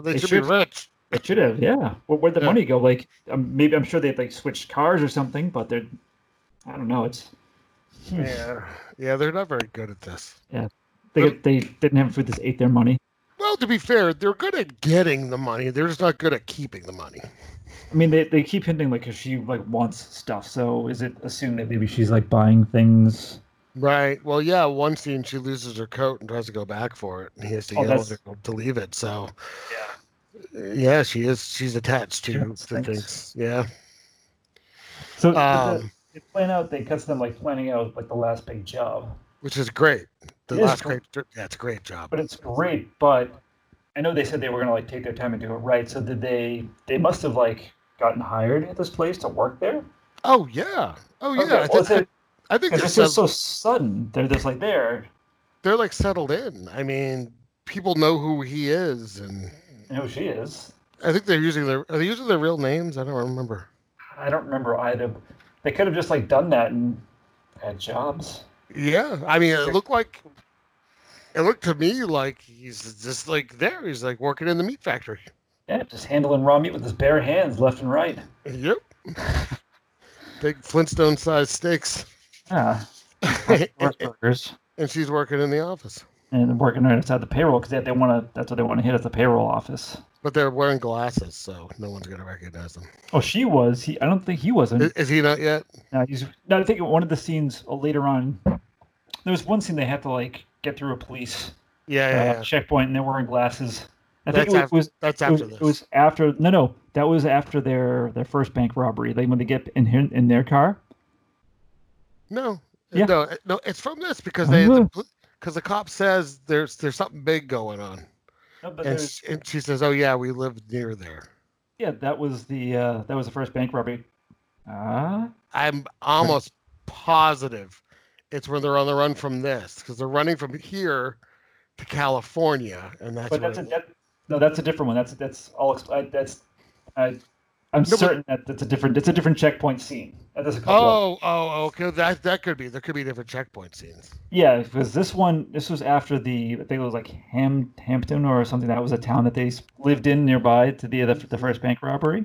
C: They
B: should,
C: should.
B: be rich.
C: it should have. Yeah, well, where'd the
B: Yeah.
C: money go? Like um, maybe I'm sure they like switched cars or something, but they're I don't know. It's Hmm.
B: Yeah. Yeah, they're not very good at this.
C: they they didn't have food. This ate their money.
B: Well, to be fair, they're good at getting the money. They're just not good at keeping the money.
C: I mean, they, they keep hinting like 'cause she like wants stuff. So is it assumed that maybe she's like buying things?
B: Right. Well, yeah, one scene she loses her coat and tries to go back for it, and he has to
C: Oh,
B: yell at
C: that's-
B: her to leave it. So, yeah, yeah, she is. She's attached to
C: Yeah,
B: the
C: thanks.
B: things. Yeah.
C: So
B: Um,
C: they plan out. They cuts them like planning out like the last big job,
B: which is great. The
C: It is
B: last
C: great.
B: great. Yeah, it's a great job.
C: but it's great. But I know they said they were gonna like take their time and do it right. So did they? They must have like gotten hired at this place to work there.
B: Oh yeah. Oh yeah.
C: Okay,
B: I,
C: well,
B: think,
C: it's a-
B: I think
C: Because
B: they're,
C: it's just
B: settled-
C: so sudden. They're just like there.
B: they're like settled in. I mean, people know who he is, and
C: You know who she is.
B: I think they're using their are they using their real names? I don't remember.
C: I don't remember either. They could have just like done that and had jobs.
B: Yeah, I mean, it looked like it looked to me like he's just like there. He's like working in the meat factory.
C: Yeah, just handling raw meat with his bare hands, left and right.
B: Yep. Big Flintstone sized steaks.
C: Yeah,
B: and,
C: workers
B: and she's working in the office.
C: and working right outside the payroll because they, they want to. That's what they want to hit at the payroll office.
B: But they're wearing glasses, so no one's going to recognize them.
C: Oh, she was. He. I don't think he
B: I- Is,
C: wasn't.
B: he not yet?
C: No, he's. No, I think in one of the scenes uh, later on. There was one scene they had to like get through a police
B: Yeah,
C: uh,
B: yeah, yeah.
C: checkpoint, and they're wearing glasses. I
B: That's
C: think it
B: after-
C: was,
B: That's
C: it was,
B: after
C: it was,
B: this.
C: it was after. No, no, that was after their their first bank robbery. They when they get in here- in their car.
B: no, uh,
C: Yeah.
B: no, it- no. It's from this because they
C: Uh-huh.
B: because the cop says there's there's something big going on,
C: No, but
B: and,
C: Oh, there's-
B: s- and she says, "Oh yeah, we live near there."
C: yeah, that was the uh, that was the first bank robbery. Ah,
B: I'm almost positive it's when they're on the run from this because they're running from here to California, and that's
C: but
B: where
C: that's a
B: it-
C: that, no, that's a different one. That's that's all. ex- I, that's I, I'm
B: but-
C: certain that that's a different. It's a different checkpoint scene. Uh, There's a couple. of-
B: Oh, oh, okay. That that could be. There could be different checkpoint scenes.
C: yeah, because this one, this was after the I think it was like Ham Hampton or something. That was a town that they s- lived in nearby to the the, the first bank robbery.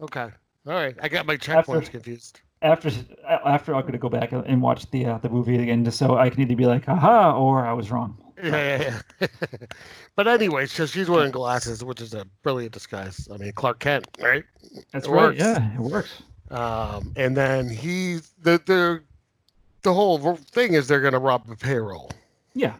B: Okay. All right. I got my checkpoints confused.
C: After after I'm gonna go back and- and watch the uh, the movie again just so I can either be like aha or I was wrong.
B: Yeah, yeah, yeah. but anyway, so she's wearing glasses, which is a brilliant disguise. I mean, Clark Kent, right?
C: That's
B: It
C: right.
B: works.
C: Yeah, it works.
B: Um, and then he, the the the whole thing is they're gonna rob the payroll.
C: Yeah.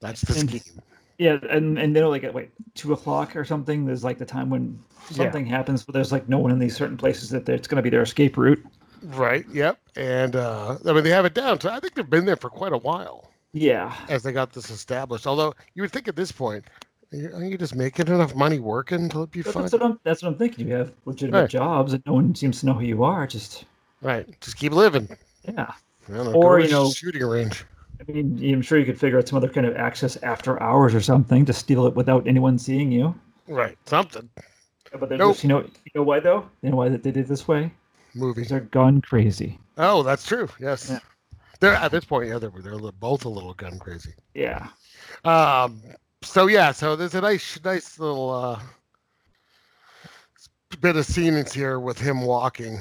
B: That's the
C: And-
B: scheme.
C: Yeah, and and they're like at wait two o'clock or something. There's like the time when
B: Yeah.
C: something happens, but there's like no one in these certain places that it's going to be their escape route.
B: Right. Yep. And uh, I mean, they have it down. So I think they've been there for quite a while
C: Yeah,
B: as they got this established. Although you would think at this point, are you just making enough money working to be
C: that's
B: fine?
C: what I'm. That's what I'm thinking. You have legitimate
B: Right.
C: jobs, and no one seems to know who you are. Just
B: Right. Just keep living.
C: yeah.
B: I don't know, go
C: Or,
B: to
C: you
B: a
C: know-
B: shooting range.
C: I mean, I'm sure you could figure out some other kind of access after hours or something to steal it without anyone seeing you.
B: Right. Something.
C: But they're
B: Nope.
C: just, you know, you know why though? You know why that they did it this way?
B: Movie.
C: Because they're gone crazy.
B: Oh, that's true. Yes.
C: Yeah.
B: They're at this point, yeah, they're, they're li- both a little gun crazy.
C: Yeah.
B: Um. So yeah. So there's a nice, nice little uh, bit of scenes here with him walking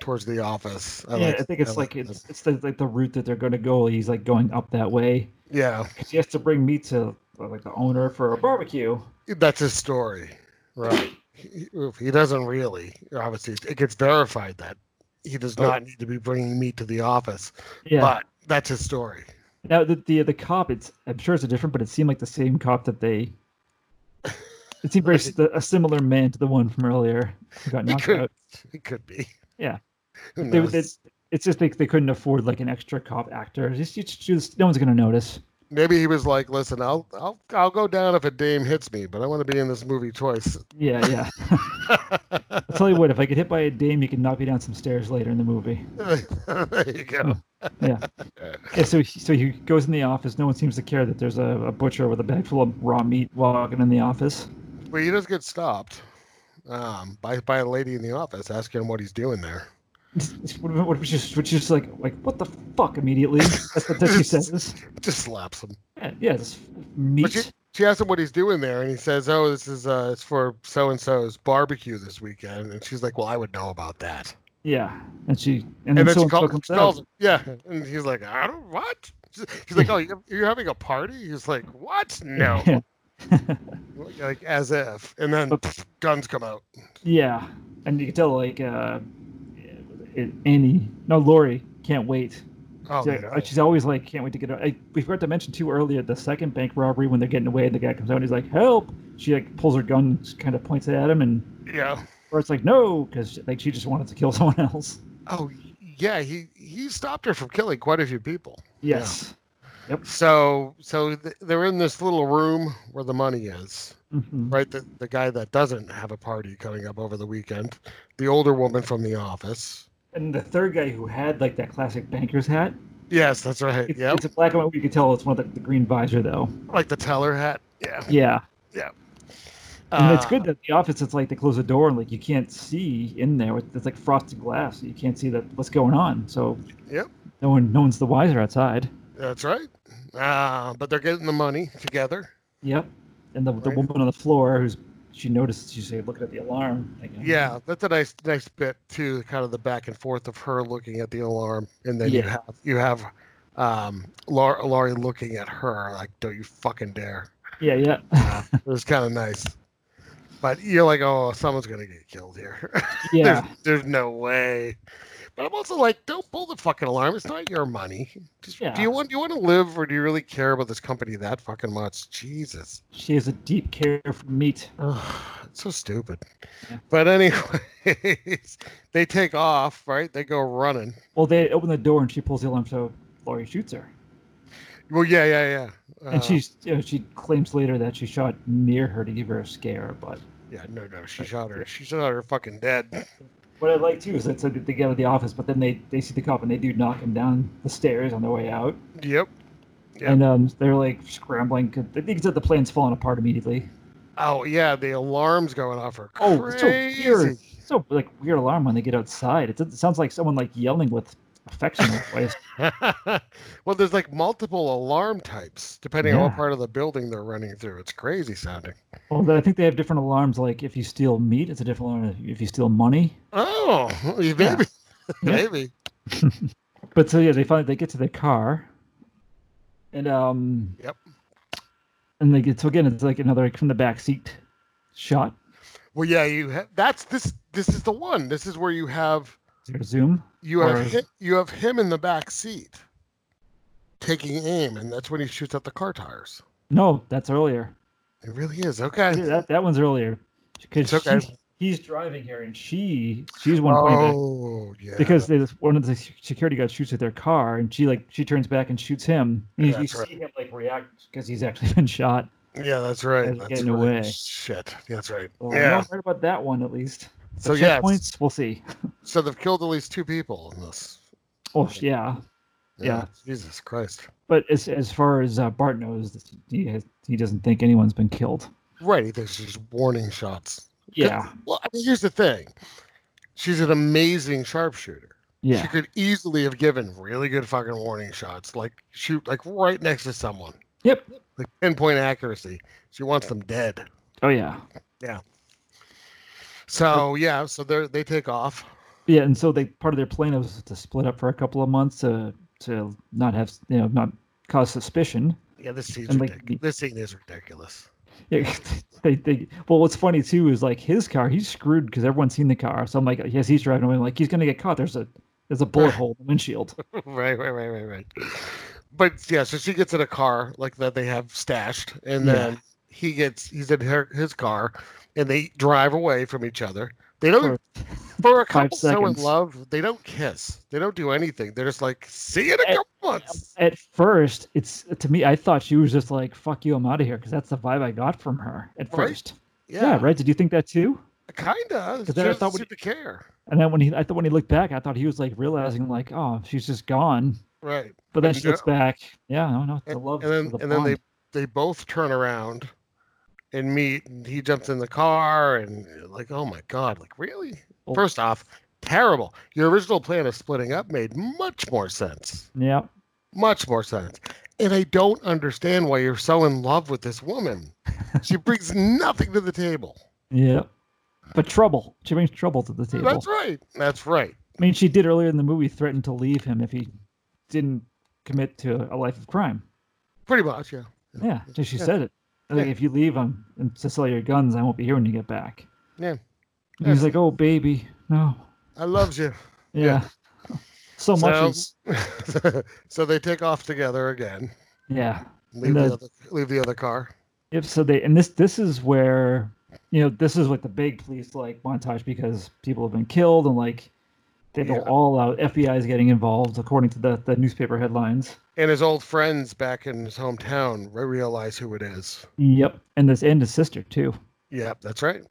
B: towards the office.
C: yeah, I think it's like it's it's the, like the route that they're going to go. He's like going up that way.
B: yeah.
C: because he has to bring meat to uh, like the owner for a barbecue.
B: That's his story, right? He, he doesn't really. Obviously, it gets verified that he does
C: Oh.
B: not need to be bringing meat to the office.
C: Yeah,
B: But that's his story.
C: Now the, the the cop, it's I'm sure it's a different, but it seemed like the same cop that they. It seemed very s- the- a similar man to the one from earlier who got
B: He
C: knocked
B: could,
C: out.
B: he could be.
C: Yeah.
B: Who
C: They,
B: knows?
C: they, it's just like they couldn't afford like an extra cop actor. Just, you just do this- no one's gonna notice.
B: Maybe he was like, "Listen, I'll I'll I'll go down if a dame hits me, but I want to be in this movie twice."
C: Yeah, yeah. I'll tell you what, if I get hit by a dame, you can knock me down some stairs later in the movie.
B: there you go.
C: Hmm. Yeah. yeah so, he- so he goes in the office. No one seems to care that there's a, a butcher with a bag full of raw meat walking in the office.
B: Well, he does get stopped um, by by a lady in the office asking him what he's doing there.
C: It's- it's- What, what, which is which is like like what the fuck immediately? That's what that she says.
B: Just slaps him.
C: Yeah, yeah it's meat.
B: But she, she asks him what he's doing there, and he says, "Oh, this is uh, it's for so and so's barbecue this weekend." And she's like, "Well, I would know about that."
C: yeah, and she
B: And,
C: and, then
B: then she,
C: someone
B: call,
C: comes
B: she calls
C: out.
B: him. Yeah, and he's like, "I don't what." She's she's like, "Oh, you- you're having a party?" He's like, "What? No." like as if, and then
C: But-
B: guns come out.
C: yeah, and you can tell like uh, it- Annie, no Lori, can't wait.
B: Oh,
C: She's,
B: no.
C: like- she's always like, can't wait to get out. I, we forgot to mention too earlier the second bank robbery when they're getting away. The guy comes out and he's like, help. She like pulls her gun, and kind of points it at him, and
B: yeah.
C: or it's like no, because like she just wanted to kill someone else.
B: Oh, yeah. He he stopped her from killing quite a few people.
C: Yes.
B: So so th- they're in this little room where the money is,
C: hmm
B: right? The the guy that doesn't have a party coming up over the weekend, the older woman from the office.
C: And the third guy who had like that classic banker's hat.
B: Yes, that's right.
C: It's,
B: Yeah,
C: it's a black and white. You could tell it's one of the, the green visor though.
B: like the teller hat. Yeah,
C: Yeah. And it's
B: Uh,
C: good that the office. It's like they close the door and like you can't see in there. It's it's like frosted glass. So you can't see that what's going on. So.
B: Yep.
C: No one, no one's the wiser outside.
B: That's right. Uh, but they're getting the money together.
C: Yep. And the, the
B: Right.
C: woman on the floor who's she noticed she's like, looking at the alarm. Like,
B: Yeah, that's a nice nice bit too, kind of the back and forth of her looking at the alarm, and then you
C: Yeah.
B: have you have um Lar- Laurie looking at her like, "Don't you fucking dare!"
C: Yeah, yeah,
B: Uh, it was kind of nice, but you're like, "Oh, someone's gonna get killed here."
C: yeah.
B: there's, there's no way. But I'm also like, don't pull the fucking alarm. It's not your money. Just
C: Yeah.
B: do you want do you want to live or do you really care about this company that fucking much? Jesus.
C: she has a deep care for meat.
B: Oh, it's so stupid.
C: Yeah.
B: But anyways, they take off, right? They go running.
C: Well, they open the door and she pulls the alarm, so Laurie shoots her.
B: Well, yeah, yeah, yeah. Uh,
C: and she's you know, she claims later that she shot near her to give her a scare. But
B: yeah, no, no, she shot her. She shot her fucking dead.
C: what I like too is that so that they get out of the office, but then they they see the cop and they do knock him down the stairs on their way out,
B: Yep. Yeah.
C: and um, they're like scrambling. 'cause They think that the plan's falling apart immediately.
B: Oh yeah, the alarms going off are
C: Oh, it's so
B: crazy.
C: weird. So like weird alarm when they get outside. It, it sounds like someone like yelling with affection. in their voice.
B: well, there's like multiple alarm types depending on what
C: Yeah.
B: part of the building they're running through. It's crazy sounding.
C: well, I think they have different alarms. Like if you steal meat, it's a different alarm. If you steal money,
B: Oh, maybe, maybe.
C: But so yeah, they finally they get to the car, and um.
B: Yep.
C: And they get so again, it's like another like, from the back seat shot.
B: Well, yeah, you. Ha- that's this. This is the one. This is where you have
C: Their zoom.
B: You
C: Or-
B: have him, you have him in the back seat, taking aim, and that's when he shoots at the car tires.
C: No, that's earlier.
B: It really is
C: Yeah,
B: okay.
C: that that one's earlier. Because
B: It's okay.
C: he's driving here, and she she's one pointing back
B: Oh yeah.
C: because there's one of the sec- security guards shoots at their car, and she like she turns back and shoots him. And you, you
B: That's right.
C: see him like react because he's actually been shot.
B: yeah, that's right.
C: They're
B: That's
C: getting
B: right.
C: away.
B: Shit. That's right.
C: So I'm
B: yeah.
C: not right about that one at least. The
B: So, yeah, it's-
C: checkpoints, we'll see.
B: So they've killed at least two people in this.
C: Oh yeah, Yeah.
B: Jesus Christ.
C: But as as far as uh, Bart knows, this- he has, he doesn't think anyone's been killed.
B: Right. There's just warning shots.
C: Yeah,
B: Well, I mean, here's the thing. She's an amazing sharpshooter. She
C: yeah,
B: could easily have given really good fucking warning shots, like shoot like right next to someone.
C: yep.
B: like pinpoint accuracy. She wants them dead.
C: Oh yeah,
B: So yeah, so they they take off.
C: yeah. And so they part of their plan was to split up for a couple of months to to not have you know not cause suspicion.
B: Yeah, this scene's
C: And, like,
B: ridiculous. This scene is ridiculous.
C: Yeah, they they well, what's funny too is like his car. He's screwed because everyone's seen the car. So I'm like, yes, he's driving away. I'm like he's gonna get caught. There's a there's a bullet hole in the windshield.
B: right, right, right, right, right. but yeah, so she gets in a car like that they have stashed, and
C: Yeah.
B: then he gets he's in her his car, and they drive away from each other. They don't for a
C: five
B: couple so in
C: seconds.
B: love, they don't kiss. They don't do anything. They're just like, see you in a
C: Eh,
B: couple months.
C: At first, it's to me. I thought she was just like, "Fuck you, I'm out of here," because that's the vibe I got from her at
B: Right?
C: first. Yeah.
B: Yeah,
C: right. Did you think that too?
B: kinda. She
C: then I
B: doesn't
C: thought we-
B: seem to care.
C: And then when he, I thought when he looked back, I thought he was like realizing, like, "Oh, she's just gone."
B: Right.
C: But then
B: And
C: she
B: no.
C: looks back. Yeah, I don't know. The
B: And,
C: love.
B: and then
C: the
B: and then they
C: bond.
B: they both turn around and meet and he jumps in the car and like, oh my god, like really?
C: Oh.
B: First off, terrible. Your original plan of splitting up made much more sense.
C: Yeah.
B: Much more sense. And I don't understand why you're so in love with this woman. She brings nothing to the table.
C: Yeah. But trouble. She brings trouble to the table.
B: That's right. That's right.
C: I mean, she did earlier in the movie threaten to leave him if he didn't commit to a life of crime.
B: Pretty much, yeah.
C: Yeah, so she
B: Yeah.
C: said it. Like,
B: Yeah.
C: if you leave him and to sell your guns, I won't be here when you get back.
B: Yeah.
C: And he's like, oh, baby, no.
B: I love you.
C: Yeah.
B: Yeah.
C: So much
B: So-
C: is.
B: so they take off together again.
C: Yeah.
B: Leave
C: the-
B: the other, leave the other car.
C: If so, they and this this is where you know this is like the big police like montage because people have been killed and like they go
B: Yeah.
C: all out. FBI is getting involved according to the the newspaper headlines.
B: and his old friends back in his hometown re- realize who it is.
C: Yep, and this and his sister too.
B: Yep, that's right.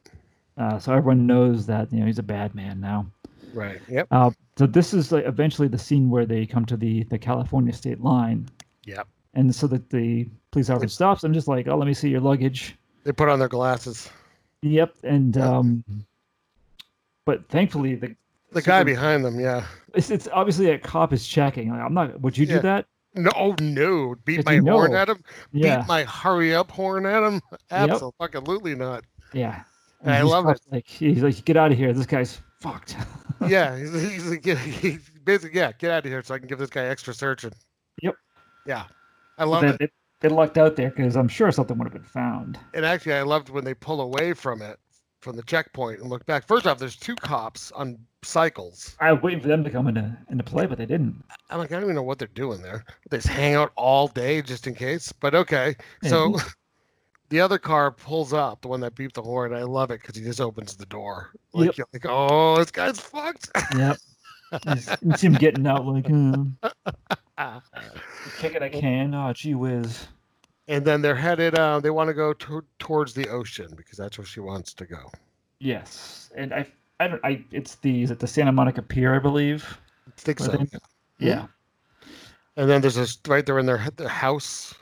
C: Uh, so everyone knows that you know he's a bad man now.
B: Right. Yep.
C: Uh, so this is like eventually the scene where they come to the the California state line,
B: Yep.
C: and so that the police officer stops. I'm just like, oh, let me see your luggage.
B: They put on their glasses.
C: Yep, and
B: Yeah.
C: um, but thankfully the
B: The
C: So
B: guy
C: the-
B: behind them, yeah.
C: it's, it's obviously a cop is checking. Like, I'm not. Would you
B: Yeah.
C: do that?
B: No, oh, no. Beat
C: Did
B: my
C: you
B: horn
C: know?
B: at him.
C: Yeah,
B: Beat my hurry up horn at him. Absolutely not.
C: yeah.
B: I
C: he's
B: love it.
C: probably Like he's like, get out of here. This guy's fucked.
B: yeah. He's, he's, like, yeah, he's basically, yeah, get out of here so I can give this guy extra searching.
C: Yep.
B: Yeah. I love
C: they,
B: it.
C: They, they lucked out there because I'm sure something would have been found.
B: And actually, I loved when they pull away from it, from the checkpoint and look back. First off, there's two cops on cycles.
C: I was waiting for them to come into into play, but they didn't.
B: I'm like, I don't even know what they're doing there. They just hang out all day just in case. But okay. So
C: Mm-hmm.
B: the other car pulls up, the one that beeped the horn. I love it because he just opens the door. Like,
C: Yep.
B: you're like, oh, this guy's fucked.
C: yep. I s- I see him getting out like mm,
B: and
C: kicking a can. Oh, gee whiz.
B: then they're headed, uh, they want to go to towards the ocean because that's where she wants to go.
C: Yes, and I I don't I it's the is it the Santa Monica Pier I believe.
B: I think
C: Where
B: so.
C: they-
B: yeah.
C: Yeah,
B: And then there's this right there in their, their house.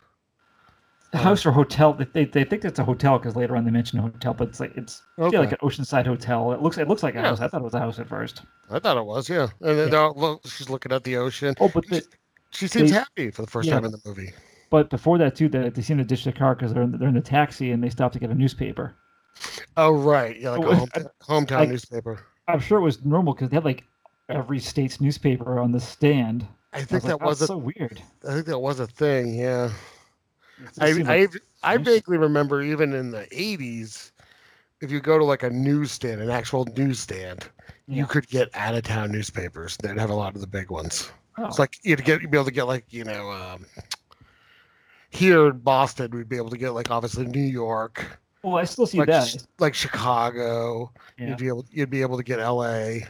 C: The
B: Uh-huh.
C: house or hotel. They they, they think it's a hotel because later on they mention a hotel, but it's like it's
B: Okay.
C: yeah, like an oceanside hotel. It looks it looks like a
B: Yeah.
C: house. I thought it was a house at first.
B: I thought it was, yeah. And then
C: Yeah.
B: they're all- look, she's looking at the ocean.
C: Oh, but the,
B: She seems
C: They-
B: happy for the first
C: yeah.
B: time in the movie.
C: but before that too, they they seem to ditch the car because they're in, they're in the taxi and they stop to get a newspaper.
B: Oh, right. Yeah, like a
C: Oh,
B: home, hometown
C: I-
B: newspaper.
C: I'm sure it was normal because they had like every state's newspaper on the stand.
B: I
C: I "Oh,
B: think that was a,
C: that's so weird.
B: I think that was a thing. Yeah,
C: It
B: I
C: seemed
B: I,
C: like-
B: I
C: strange.
B: vaguely remember even in the '80s, if you go to like a newsstand, an actual newsstand,
C: Yeah.
B: you could get out of town newspapers. They'd have a lot of the big ones.
C: oh,
B: It's like you'd get you'd be able to get like you know, um, here in Boston, we'd be able to get like obviously New York,
C: well, I still see
B: like
C: that.
B: sh- like Chicago.
C: Yeah.
B: You'd be able you'd be able to get L.A. uh.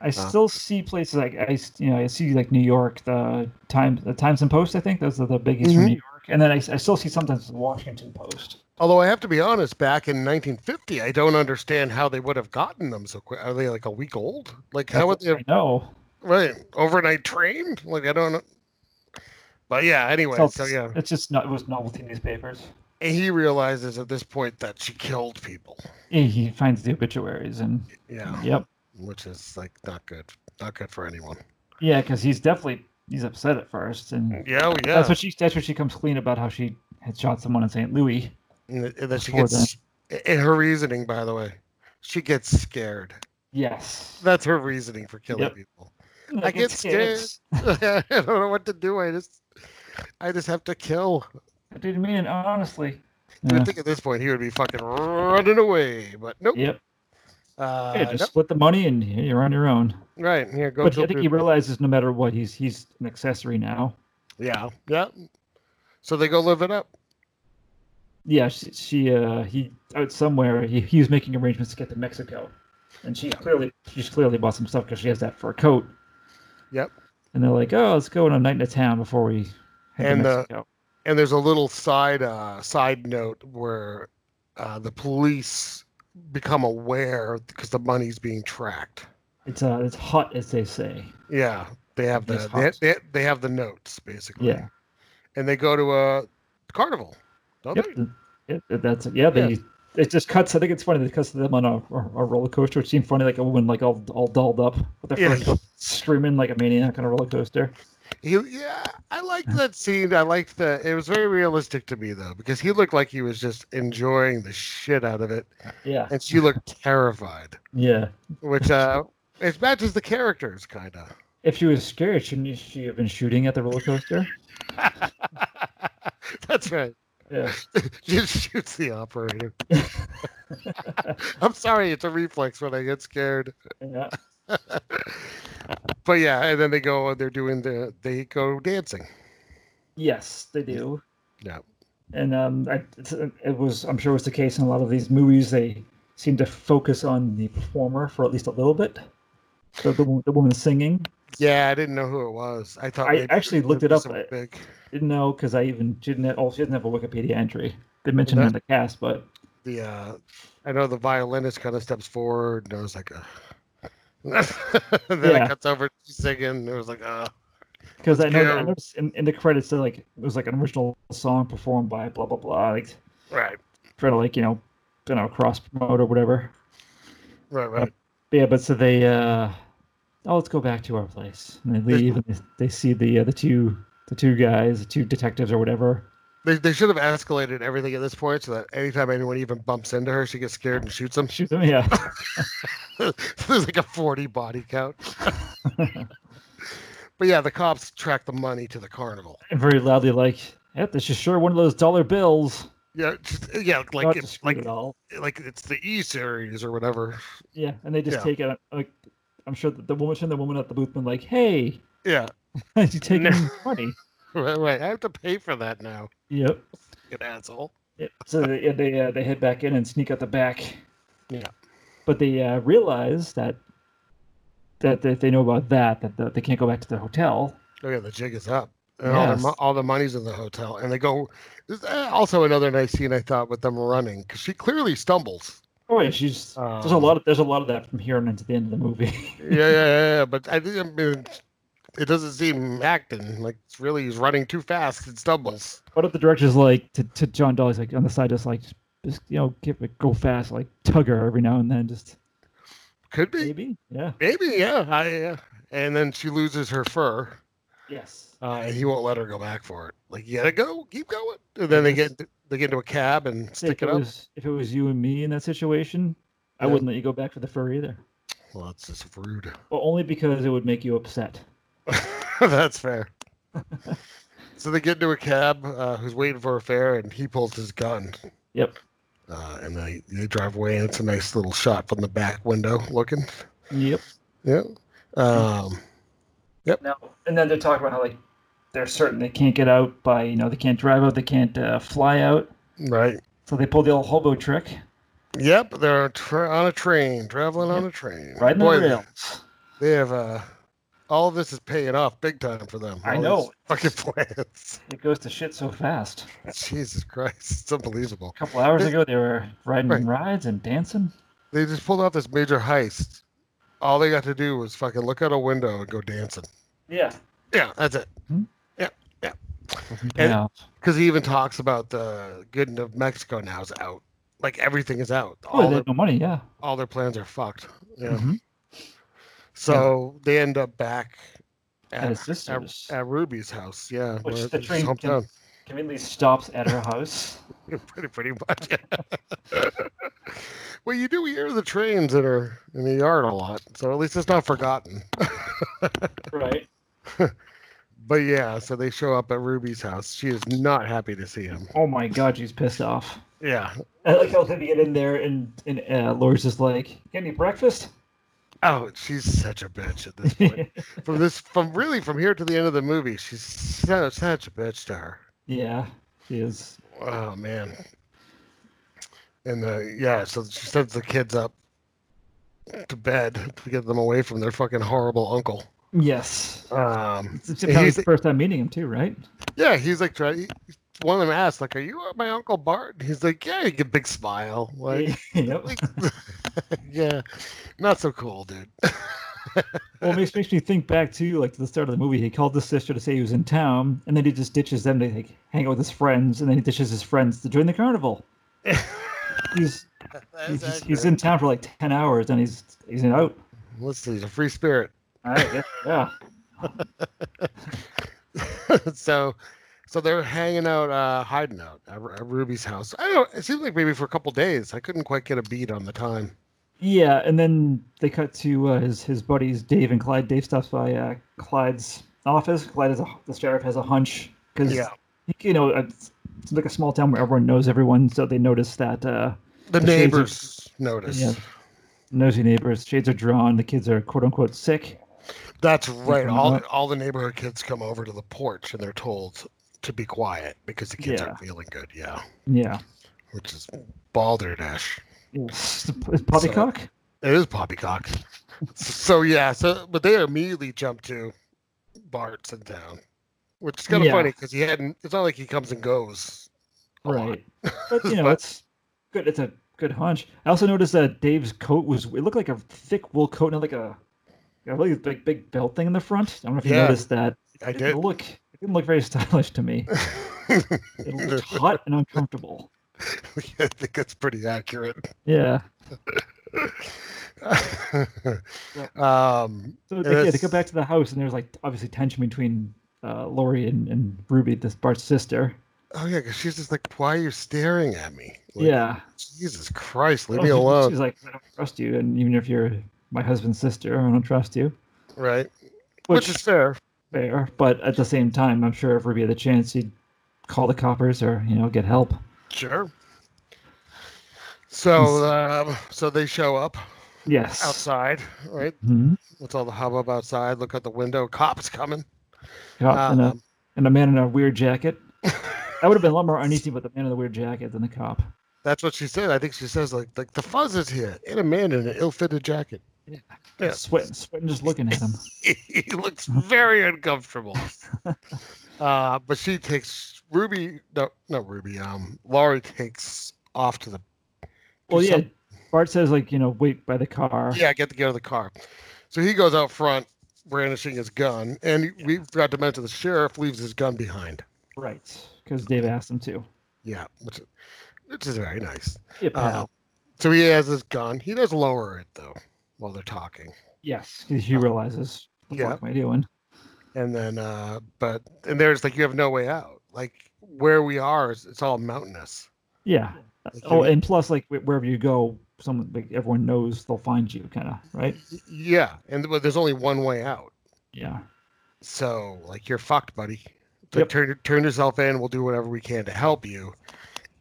C: I still see places like I, s- you know, I see like New York, the Times, the Times and Post. I think those are the biggies from
B: Mhm.
C: New York, and then I, s- I still see sometimes the Washington Post.
B: Although I have to be honest, back in 1950, I don't understand how they would have gotten them so quick. Are they like a week old? Like how would they have
C: I know.
B: Right. Overnight train? Like I don't know. But yeah, anyway,
C: So
B: so
C: it's-
B: yeah.
C: it's just not. It was novelty newspapers.
B: And he realizes at this point that she killed people.
C: He- He finds the obituaries and
B: Yeah.
C: yep,
B: Which is like not good. Not good for anyone.
C: yeah, because he's definitely he's upset at first, and
B: Yeah, oh, yeah.
C: that's what she that's what she comes clean about how she had shot someone in St. Louis.
B: And, th- and then she
C: Before
B: gets and her reasoning, by the way. She gets scared.
C: Yes,
B: That's her reasoning for killing
C: Yep.
B: people.
C: Like,
B: I get
C: it's- it's-
B: I don't know what to do. I just I just have to kill.
C: I didn't mean it, honestly.
B: You
C: Yeah.
B: would think at this point he would be fucking running away, but nope.
C: Yep.
B: Uh,
C: Yeah, just
B: nope.
C: split the money and here you're on your own.
B: Right. Here, go
C: But
B: kill
C: I think
B: people.
C: he realizes no matter what, he's he's an accessory now.
B: Yeah, yeah. So they go live it up.
C: Yeah, she, she uh, he out somewhere. He, he was making arrangements to get to Mexico, and she clearly she's clearly bought some stuff because she has that fur coat.
B: Yep.
C: And they're like, "Oh, let's go on a night in a town before we head
B: And,
C: to
B: uh,
C: Mexico."
B: And there's a little side uh, side note where uh, the police become aware because the money's being tracked.
C: it's uh, it's hot as they say.
B: Yeah, they have
C: Yes,
B: the they,
C: hot.
B: they, they have the notes basically.
C: Yeah.
B: and they go to a carnival, don't
C: Yep.
B: they?
C: th- yep, th- That's it. Yeah. They, It just cuts. I think it's funny because them on a, a roller coaster, which seemed funny, like a woman like all all dolled up with their
B: Yeah.
C: fur coat, screaming like a maniac on a roller coaster.
B: He, yeah, I liked that scene. I liked that. It was very realistic to me though, because he looked like he was just enjoying the shit out of it,
C: Yeah.
B: and she looked terrified,
C: Yeah.
B: which uh, it matches the characters kind of.
C: If she was scared, shouldn't she have been shooting at the roller coaster?
B: That's right.
C: Yeah.
B: Just shoots the operator. I'm sorry, it's a reflex when I get scared.
C: yeah.
B: But yeah, and then they go. They're doing the. They go dancing.
C: Yes, they do.
B: Yeah.
C: And um, I, it's- it was, I'm sure, it was the case in a lot of these movies. They seem to focus on the performer for at least a little bit. So the, wo- the woman singing,
B: Yeah, I didn't know who it was. I thought
C: I
B: maybe
C: actually
B: it
C: looked
B: would
C: it
B: be
C: up.
B: some
C: I-
B: Big.
C: didn't know because I even didn't. Have, oh, she doesn't have a Wikipedia entry. They mentioned her in the cast, but
B: the uh I know the violinist kind of steps forward and I was like uh and then
C: Yeah.
B: it cuts over to singing and it was like uh
C: because I know
B: Yeah.
C: I noticed in, in the credits they're like it was like an original song performed by blah blah blah, like
B: right
C: trying to like you know, you know, cross promote or whatever.
B: right right
C: But yeah, but so they uh, oh, let's go back to our place. And they leave and they, they see the uh, the two the two guys, the two detectives or whatever.
B: they, they should have escalated everything at this point so that anytime anyone even bumps into her she gets scared and shoots them
C: Shoot them, yeah.
B: there's like a 40 body count but yeah the cops track the money to the carnival
C: and very loudly like, "Yep, this is sure one of those dollar bills."
B: yeah just, uh, yeah
C: Not
B: like
C: to
B: it's
C: screw
B: like
C: it all.
B: like it's the e series or whatever
C: Yeah, and they just
B: Yeah.
C: take it. Like, I'm sure that the woman, shouldn't the woman at the booth, been like, "Hey,
B: yeah
C: you taking
B: No.
C: money?"
B: right right i have to pay for that now
C: Yep.
B: you asshole
C: yep. So they yeah, they, uh, they head back in and sneak out the back.
B: Yeah.
C: But they uh, realize that that that they know about that that the, they can't go back to the hotel.
B: Oh yeah, the jig is up. And all, the,
C: Yes.
B: mo- all the money's in the hotel, and they go. there's, uh, Also, another nice scene I thought with them running because she clearly stumbles.
C: Oh yeah, she's there's a
B: Um,
C: lot of there's a lot of that from here on into the end of the movie.
B: Yeah, yeah, yeah. yeah, But I didn't. mean, it doesn't seem acting like it's really he's running too fast and stumbles.
C: What if the director's like to, to John Dolly's like on the side just like just you know give it go fast like tug her every now and then just
B: Could be,
C: maybe yeah
B: maybe, yeah, I, yeah. And then she loses her fur,
C: yes
B: uh, and he won't let her go back for it. Like you gotta go, keep going. And then they get they get into a cab and stick
C: if it,
B: it up.
C: was if it was you and me in that situation, I
B: Yeah.
C: wouldn't let you go back for the fur either.
B: Well, that's just rude.
C: Well, only because it would make you upset.
B: That's fair. so they get into a cab uh, who's waiting for a fare, and he pulls his gun.
C: Yep.
B: Uh, and they, they drive away, and it's a nice little shot from the back window looking.
C: Yep.
B: Yeah.
C: Hmm.
B: Um,
C: No. And then they're talking about how like they're certain they can't get out by you know they can't drive out, they can't uh, fly out,
B: right.
C: so they pull the old hobo trick,
B: Yep. They're tra- on a train, traveling on a train.
C: right in the
B: Boy,
C: rails.
B: They have uh, all of this is paying off big time for them.
C: I
B: all
C: know.
B: these Fucking plans.
C: It goes to shit so fast.
B: Jesus Christ. It's unbelievable.
C: A couple hours
B: This-
C: ago, they were riding
B: Right.
C: rides and dancing.
B: They just pulled off this major heist. All they got to do was fucking look out a window and go dancing.
C: Yeah.
B: Yeah, that's it. And-
C: Yeah.
B: Because he even talks about the good of Mexico now is out. Like everything is out.
C: Oh,
B: All
C: they
B: their,
C: had no money. Yeah.
B: all their plans are fucked. Yeah.
C: Mhm.
B: So they end up back
C: At
B: at,
C: his
B: at,
C: sister's.
B: at Ruby's house. Yeah.
C: Which
B: where
C: the
B: his
C: train can-
B: hometown.
C: Conveniently stops at her house.
B: pretty pretty much. yeah. well, you do hear the trains that are in the yard a lot, so at least it's not forgotten.
C: right.
B: But yeah, so they show up at Ruby's house. She is not happy to see him.
C: Oh my god, she's pissed off.
B: Yeah.
C: I like how they get in there and and uh, Laura's just like, "Get any breakfast?"
B: Oh, she's such a bitch at this point. from this, from really from here to the end of the movie, she's so, such a bitch to her.
C: yeah, she is.
B: Oh man. And the yeah, so she sends the kids up to bed to get them away from their fucking horrible uncle.
C: Yes.
B: Um,
C: It's
B: and he's,
C: the first time meeting him too, right?
B: yeah, he's like trying. One of them asked, like, "Are you uh, my uncle Bart?" And he's like, "Yeah." He get big smile, like,
C: yep.
B: yeah, not so cool, dude.
C: Well, it makes, makes me think back to like to the start of the movie. He called his sister to say he was in town, and then he just ditches them to like, hang out with his friends, and then he ditches his friends to join the carnival. he's he's, just- he's in town for like ten hours, and he's he's out.
B: Let's see, he's a free spirit.
C: All right, yeah, yeah.
B: so so they're hanging out uh hiding out at, Ru- at ruby's house i don't it seems like maybe for a couple days i couldn't quite get a beat on the time
C: Yeah, and then they cut to uh, his his buddies Dave and Clyde. Dave stops by uh, Clyde's office. Clyde is a, the sheriff has a hunch because
B: Yeah.
C: you know it's, it's like a small town where everyone knows everyone, so they notice that uh,
B: the
C: The shades of-
B: neighbors notice
C: Yeah. nosy neighbors shades are drawn. The kids are quote unquote sick.
B: that's right
C: Mhm.
B: all all the neighborhood kids come over to the porch and they're told to be quiet because the kids
C: Yeah.
B: aren't feeling good yeah
C: Yeah,
B: which is balderdash
C: it's, it's poppycock.
B: it is poppycock so yeah so but they immediately jump to bart's in town which is kind of
C: Yeah.
B: funny because he hadn't it's not like he comes and goes a lot.
C: right. But you know, it's good. It's a good hunch. I also noticed that Dave's coat was it looked like a thick wool coat and like a a really big big belt thing in the front. I don't know if you
B: Yeah,
C: noticed that.
B: i
C: It
B: did
C: didn't look it didn't look very stylish to me. It looked hot and uncomfortable.
B: I think that's pretty accurate.
C: Yeah.
B: um,
C: So
B: And
C: they, yeah, they
B: that's-
C: go back to the house and there's like obviously tension between uh, Lori and, and Ruby, this Bart's sister.
B: oh yeah, because she's just like, "Why are you staring at me?" Like,
C: yeah.
B: Jesus Christ, leave
C: Oh,
B: me
C: she-
B: alone,
C: She's like, I don't trust you, and even if you're my husband's sister, I don't trust you.
B: right?
C: Which,
B: Which, is fair.
C: fair, but at the same time, I'm sure if Ruby had the chance, he'd call the coppers or you know get help.
B: Sure. So, um, so they show up
C: Yes.
B: outside, right?
C: hmm
B: What's all the hubbub outside? Look out the window. Cops coming.
C: Cop and, a,
B: Um,
C: and a man in a weird jacket. that would have been a lot more uneasy with the man in the weird jacket than the cop.
B: That's what she said. I think she says like, like the fuzz is here, and a man in an ill-fitted jacket. Yeah.
C: Sweating, sweating, just looking at him.
B: he looks very uncomfortable. uh, but she takes Ruby. No, not Ruby. Um, Laurie takes off to the.
C: Well, yeah.
B: some-
C: Bart says like you know wait by the car.
B: yeah, get to get out of the car. So he goes out front, brandishing his gun, and we forgot to mention the sheriff leaves his gun behind.
C: Right. Because Dave asked him to.
B: Yeah, which, which is very nice.
C: Yep.
B: Uh, so he has his gun. He does lower it though while they're talking.
C: yes. 'cause He realizes. What
B: yeah.
C: the fuck am I doing?
B: and then uh but and there's like you have no way out like where we are is it's all mountainous
C: Yeah.
B: Like,
C: Oh,
B: you-
C: and plus, like wh- wherever you go, someone like everyone knows they'll find you, kind of, right?
B: Y- yeah and but there's only one way out
C: Yeah.
B: so like you're fucked buddy like
C: Yep.
B: turn turn yourself in we'll do whatever we can to help you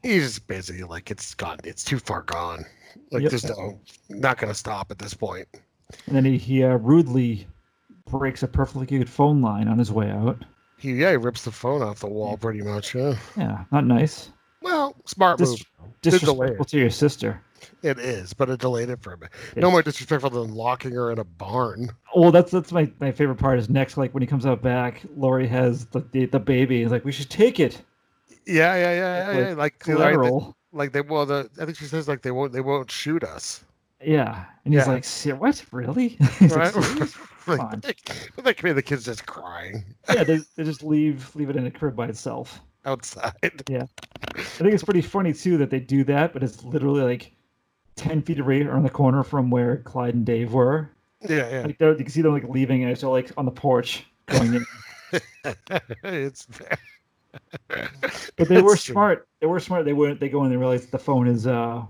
B: he's just busy like it's gone it's too far gone like
C: Yep.
B: there's no not gonna stop at this point
C: And then he, he uh, rudely breaks a perfectly good phone line on his way out.
B: he yeah he rips the phone off the wall pretty much yeah
C: Yeah, not nice.
B: well smart
C: Dis-
B: move Did the way.
C: Disrespectful to your sister.
B: it is but it delayed it for a bit no more disrespectful than locking her in a barn
C: Well, that's that's my, my favorite part is next, like when he comes out back, Lori has the the, the baby. He's like, we should take it.
B: yeah yeah yeah yeah, yeah. like right,
C: Like,
B: the-
C: Collateral.
B: like they well the I think she says like they won't they won't shoot us.
C: Yeah. And he's
B: Yeah.
C: like, "Se- what? Really? He's
B: Right?
C: like, "Serious?"
B: like,
C: Fine.
B: they, but they can be the kids just crying
C: yeah, they, they just leave leave it in a crib by itself.
B: outside.
C: I think it's pretty funny too that they do that, but it's literally like ten feet away around the corner from where Clyde and Dave were.
B: Yeah,
C: Like they're, you can see them like leaving, and it's all like on the porch going in.
B: yeah. it's
C: But they were
B: It's true.
C: smart. They were smart. They wouldn't. They go in. They realize the phone is, uh,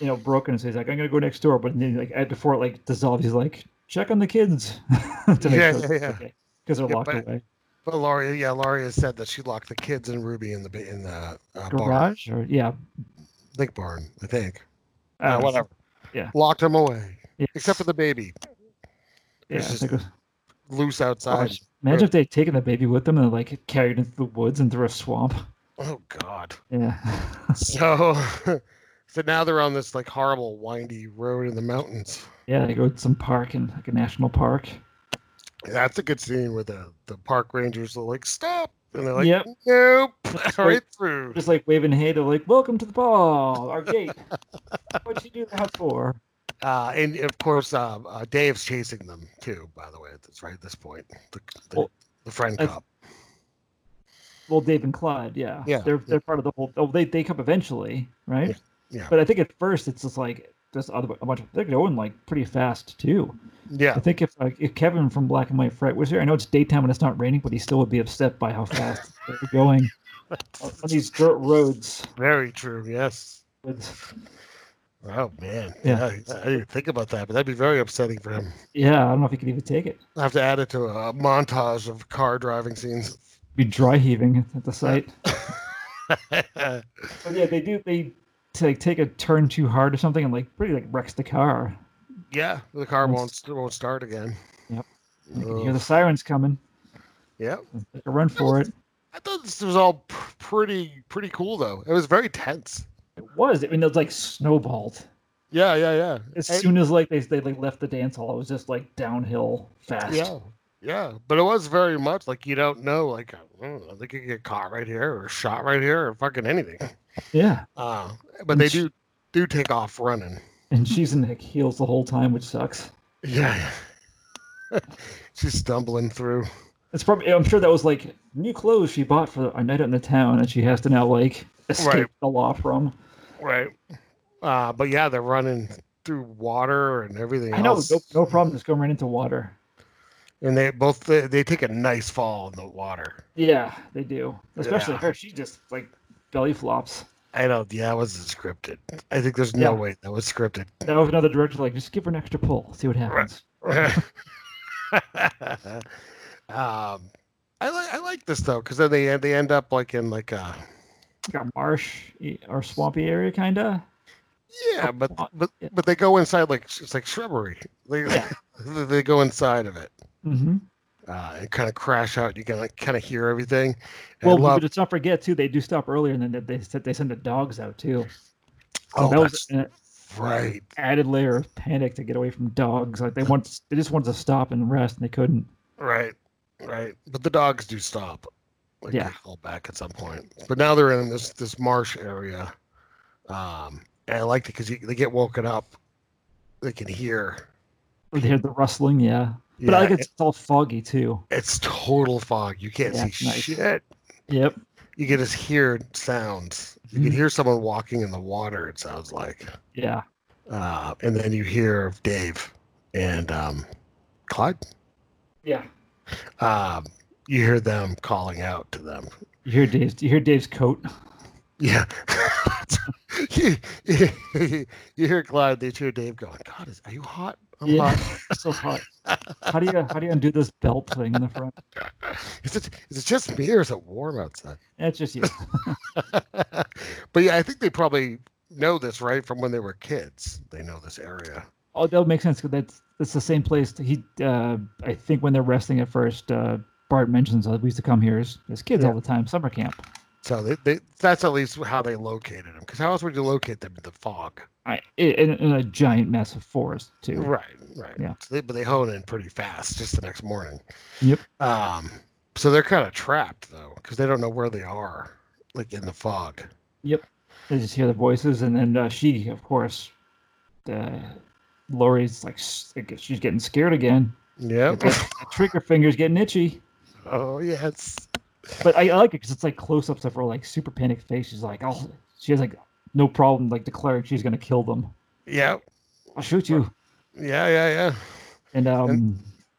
C: you know, broken. And so he's like, "I'm gonna go next door." But then, like at- before it like dissolves, he's like, "Check on the kids." to
B: Yeah,
C: sure
B: yeah,
C: it's
B: yeah.
C: okay, Because they're
B: Yeah,
C: locked
B: but-
C: away.
B: But Lauria, yeah, Lauria has said that she locked the kids and Ruby in the ba- in the uh, barn.
C: Garage or yeah,
B: I think barn. I think.
C: I
B: Uh,
C: don't know.
B: whatever.
C: yeah.
B: Locked them away. except for the baby
C: Yeah,
B: It's
C: it's like a-
B: loose outside.
C: gosh, imagine if they'd taken the baby with them and like carried it into the woods and through a swamp.
B: Oh God.
C: Yeah.
B: So, so now they're on this like horrible windy road in the mountains.
C: yeah, they go to some park in like a national park.
B: That's a good scene where the the park rangers are like stop, and they're like
C: Yep.
B: nope,
C: Just
B: right
C: like,
B: through.
C: just like waving hey, they're like, Welcome to the ball, our gate. What'd you do that for?
B: Uh, and of course, uh, uh, Dave's chasing them too. By the way, that's right at this point. The, the,
C: Well,
B: the friend
C: I-
B: cop.
C: Well, Dave and Clyde, yeah.
B: Yeah,
C: They're
B: yeah.
C: they're part of the whole. Oh, they they come eventually, right?
B: Yeah, yeah.
C: But I think at first it's just like just other, a bunch of they're going like pretty fast too. I
B: Yeah,
C: think if like if Kevin from Black and White Fright was here, I know it's daytime and it's not raining, but he still would be upset by how fast they're going on, on these dirt roads.
B: very true. Yes.
C: With,
B: Oh man.
C: Yeah.
B: I, I didn't think about that, but that'd be very upsetting for him.
C: yeah, I don't know if he could even take it.
B: I have to add it to a montage of car driving scenes.
C: Be dry heaving at the site.
B: yeah,
C: But yeah, they do they t- like take a turn too hard or something and like pretty like wrecks the car.
B: the car
C: That's-
B: won't won't start again.
C: Yep. You can hear
B: Ugh.
C: the sirens coming.
B: Yeah.
C: Like a run for it.
B: I thought this was all pr- pretty pretty cool though. It was very tense.
C: It was. I mean, it was like snowballed.
B: Yeah, yeah, yeah.
C: As
B: And-
C: soon as like they they like left the dance hall, it was just like downhill fast.
B: Yeah, yeah. But it was very much like you don't know. Like I don't know, they could get caught right here, or shot right here, or fucking anything.
C: Yeah.
B: Uh, but they
C: Which-
B: do do take off running.
C: And she's in like, heels the whole time, which sucks.
B: Yeah. She's stumbling through.
C: It's probably I'm sure that was like new clothes she bought for a night out in the town, and she has to now like escape
B: Right.
C: the law from.
B: Right. Uh, but yeah, they're running through water and everything
C: I know,
B: else.
C: no, no problem, just going right into water.
B: And they both they, they take a nice fall in the water.
C: Yeah, they do. Especially
B: Yeah.
C: her, she just like belly flops.
B: I don't. Yeah, that wasn't scripted. I think there's no
C: Yeah.
B: way that was scripted.
C: That was another director like just give her an extra pull, see what happens.
B: um, I like Um, I like this though because then they they end up like in like a
C: Got marsh eh, or swampy area, kinda.
B: yeah, but
C: lot,
B: but
C: yeah.
B: but they go inside like it's like shrubbery. They
C: Yeah.
B: they go inside of it
C: Mm-hmm.
B: uh, and kind of crash out. You can like kind of hear everything. And uh, I
C: Well,
B: love-
C: but let's not forget too. They do stop earlier, and then they- they said they send the dogs out too. So
B: oh,
C: that was
B: that's
C: an
B: right.
C: added layer of panic to get away from dogs. Like they want, they just wanted to stop and rest, and they couldn't.
B: Right, right. But the dogs do stop. Like
C: Yeah.
B: they fall back at some point. But now they're in this this marsh area. Um, and I like it because they get woken up. They can hear.
C: They hear the rustling, yeah. But I
B: Yeah,
C: like it's, it's all foggy too.
B: it's total fog. You can't
C: Yeah,
B: see
C: nice.
B: shit.
C: Yep.
B: You can just hear sounds. You
C: Mm-hmm.
B: can hear someone walking in the water. It sounds like.
C: Yeah.
B: Uh, and then you hear of Dave and um, Clyde.
C: Yeah.
B: Um, you hear them calling out to them.
C: You hear Dave's. You hear Dave's coat.
B: Yeah. you, you, you hear Clyde, they hear Dave going, God, is, are you hot? I'm
C: Yeah.
B: hot.
C: so hot. How do you how do you undo this belt thing in the front?
B: Is it, is it just me or is it warm outside?
C: That's just you.
B: but yeah, I think they probably know this, right? From when they were kids, they know this area.
C: Oh, that would make sense because that's that's the same place. that He, uh, I think, when they're resting at first, uh, Bart mentions that we used to come here as, as kids all the time, summer camp.
B: So they, they, that's at least how they located them. Because how else would you locate them in the fog?
C: I, in, in a giant mess of forest too.
B: Right, right.
C: Yeah.
B: So they, but they hone in pretty fast just the next morning.
C: Yep.
B: Um, so they're kind of trapped, though, because they don't know where they are, like in the fog.
C: They just hear the voices, and then uh, she, of course, uh, Lori's like s- like, she's getting scared again.
B: Yeah.
C: The trigger finger's getting itchy,
B: Oh yes.
C: but I, I like it because it's like close-ups of her like super panicked face. She's like, oh, she has like no problem like declaring she's gonna kill them.
B: Yep.
C: I'll shoot you.
B: Yeah, yeah, yeah.
C: And um,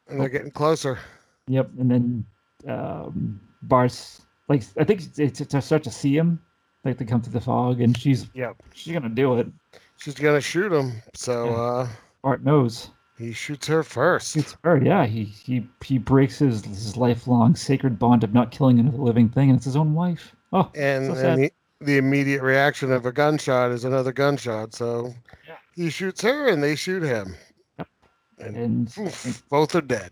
B: And they're getting closer.
C: Yep, and then um, Bart's like I think it's, it's, it's- I start to see him like they come through the fog, and she's
B: Yep.
C: she's gonna do it.
B: She's gonna shoot him. So
C: Yeah.
B: uh
C: Bart knows.
B: he shoots her first.
C: It's her, yeah. He he he breaks his his lifelong sacred bond of not killing another living thing, and it's his own wife. Oh,
B: And,
C: so sad.
B: and the, the immediate reaction of a gunshot is another gunshot. So
C: Yeah.
B: he shoots her and they shoot him. And,
C: and
B: oof, both are dead.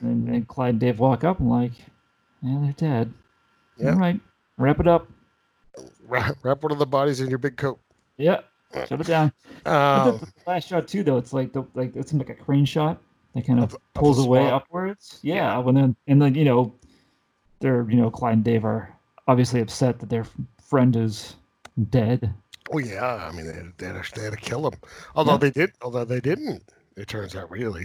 C: and, and Clyde and Dave walk up and like, yeah, they're dead.
B: Yeah.
C: All right, wrap it up.
B: Wrap, wrap one of the bodies in your big coat.
C: Yeah, shut it down. But
B: Um,
C: the last shot too, though, it's like the like it's like a crane shot that kind
B: Up-
C: of
B: up a
C: pulls away
B: spot.
C: upwards. Yeah, when then and then you know, they're you know Clyde and Dave are obviously upset that their f- friend is dead.
B: oh yeah, I mean they had, they had, to, they had to kill him. Although
C: Yeah.
B: they did, although they didn't. It turns out really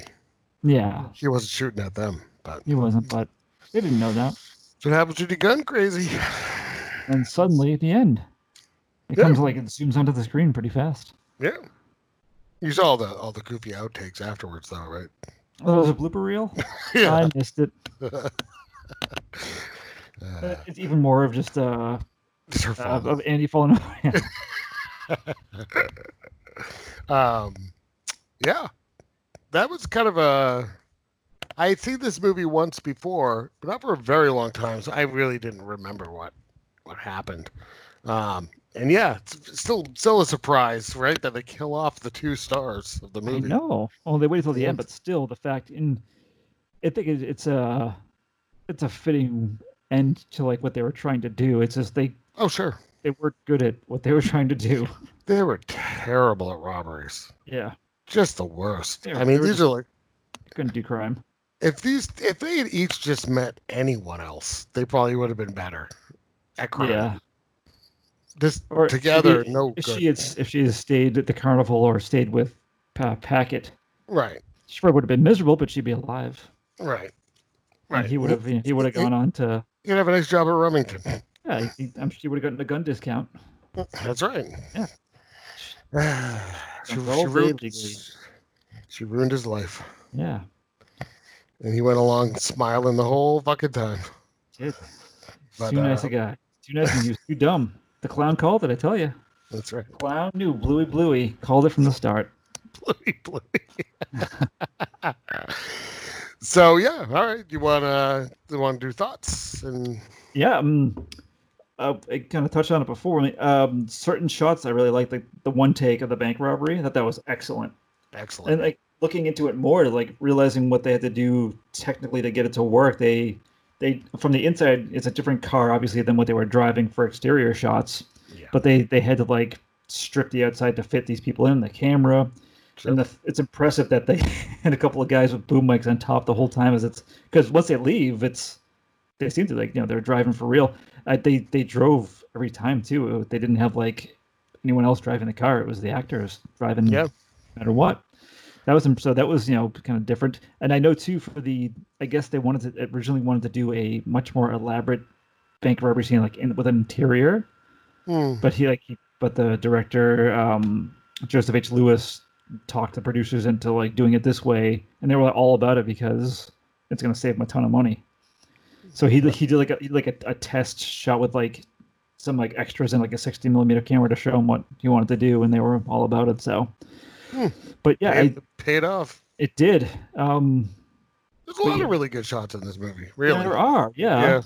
C: Yeah,
B: he wasn't shooting at them. But
C: he wasn't, but they didn't know that.
B: that's what happens when you gun crazy.
C: And suddenly at the end, it
B: Yeah.
C: comes like it zooms onto the screen pretty fast.
B: Yeah. You saw all the all the goofy outtakes afterwards, though, right?
C: Oh, there's a blooper reel. I missed it.
B: Uh,
C: Uh, It's even more of just uh,
B: it's her
C: of,
B: fault.
C: of Andy falling over. Yeah.
B: um, yeah, that was kind of a. I had seen this movie once before, but not for a very long time, so I really didn't remember what what happened. Um, and yeah, it's still still a surprise, right? That they kill off the two stars of the
C: I
B: movie.
C: know. Well, they waited till the
B: Yeah.
C: end, but still, the fact in, I think it, it's a, it's a fitting end to like what they were trying to do. It's just they
B: Oh sure,
C: they weren't good at what they were trying to do.
B: they were terrible at robberies,
C: Yeah,
B: just the worst.
C: They were-
B: I mean,
C: they were
B: these
C: just-
B: are like
C: couldn't do crime.
B: if these if they had each just met anyone else, they probably would have been better at crime.
C: Yeah,
B: This
C: Or if she
B: together,
C: did-
B: no
C: if
B: good.
C: she had s- if she had stayed at the carnival or stayed with uh, Packet,
B: Right,
C: she probably would have been miserable, but she'd be alive.
B: right,
C: And
B: right.
C: he would have you know, he would have
B: He-
C: gone on to
B: You'd have a nice job at Remington.
C: yeah. He, I'm sure he would have gotten a gun discount.
B: That's right.
C: Yeah.
B: she,
C: And
B: she,
C: roll
B: ruined,
C: illegally.
B: she ruined his life,
C: Yeah.
B: and he went along smiling the whole fucking time.
C: Dude,
B: But,
C: too nice
B: uh,
C: a guy. Too nice, and he was too dumb. The clown called it. I tell you,
B: That's right.
C: clown knew Bluey Bluey called it from the start.
B: Bluey, bluey. so yeah, all right. You wanna you wanna do thoughts and
C: Yeah, um, uh, I kind of touched on it before. Um, certain shots I really liked, like the one take of the bank robbery. I thought that was excellent.
B: excellent.
C: And like looking into it more, like realizing what they had to do technically to get it to work. They, they from the inside, it's a different car obviously than what they were driving for exterior shots.
B: yeah.
C: but they they had to like strip the outside to fit these people in the camera
B: Sure.
C: and the, it's impressive that they had a couple of guys with boom mics on top the whole time as it's because once they leave it's they seem to like you know they're driving for real uh, they they drove every time too they didn't have like anyone else driving the car it was the actors driving
B: Yeah.
C: no matter what that was so that was you know kind of different and i know too for the i guess they wanted to originally wanted to do a much more elaborate bank robbery scene like in, with an interior
B: Hmm.
C: but he like he, but the director um joseph h lewis talked the producers into like doing it this way and they were all about it because it's going to save him a ton of money so he he did like a he did, like a, a test shot with like some like extras and like a 60 millimeter camera to show him what he wanted to do and they were all about it so
B: Hmm.
C: but yeah
B: paid,
C: it,
B: paid off.
C: it did um
B: There's a lot
C: yeah.
B: of really good shots in this movie.
C: yeah,
B: Really.
C: there are yeah,
B: Yeah.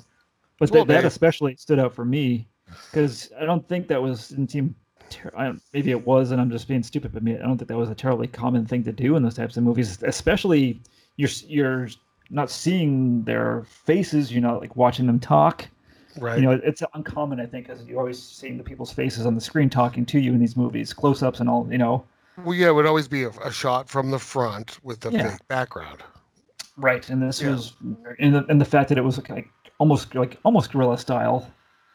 C: but
B: Well,
C: th- that
B: they-
C: especially stood out for me because I don't think that was didn't seem ter- I don't, maybe it was and I'm just being stupid, but me- I don't think that was a terribly common thing to do in those types of movies. Especially you're s- you're not seeing their faces, you're not like watching them talk.
B: Right.
C: You know, it's uncommon I think because you're always seeing the people's faces on the screen talking to you in these movies, close ups and all. You know,
B: well, yeah, it would always be a, a shot from the front with the
C: Yeah.
B: fake background.
C: right? And this
B: Yeah.
C: was and the, and the fact that it was like almost like almost guerrilla style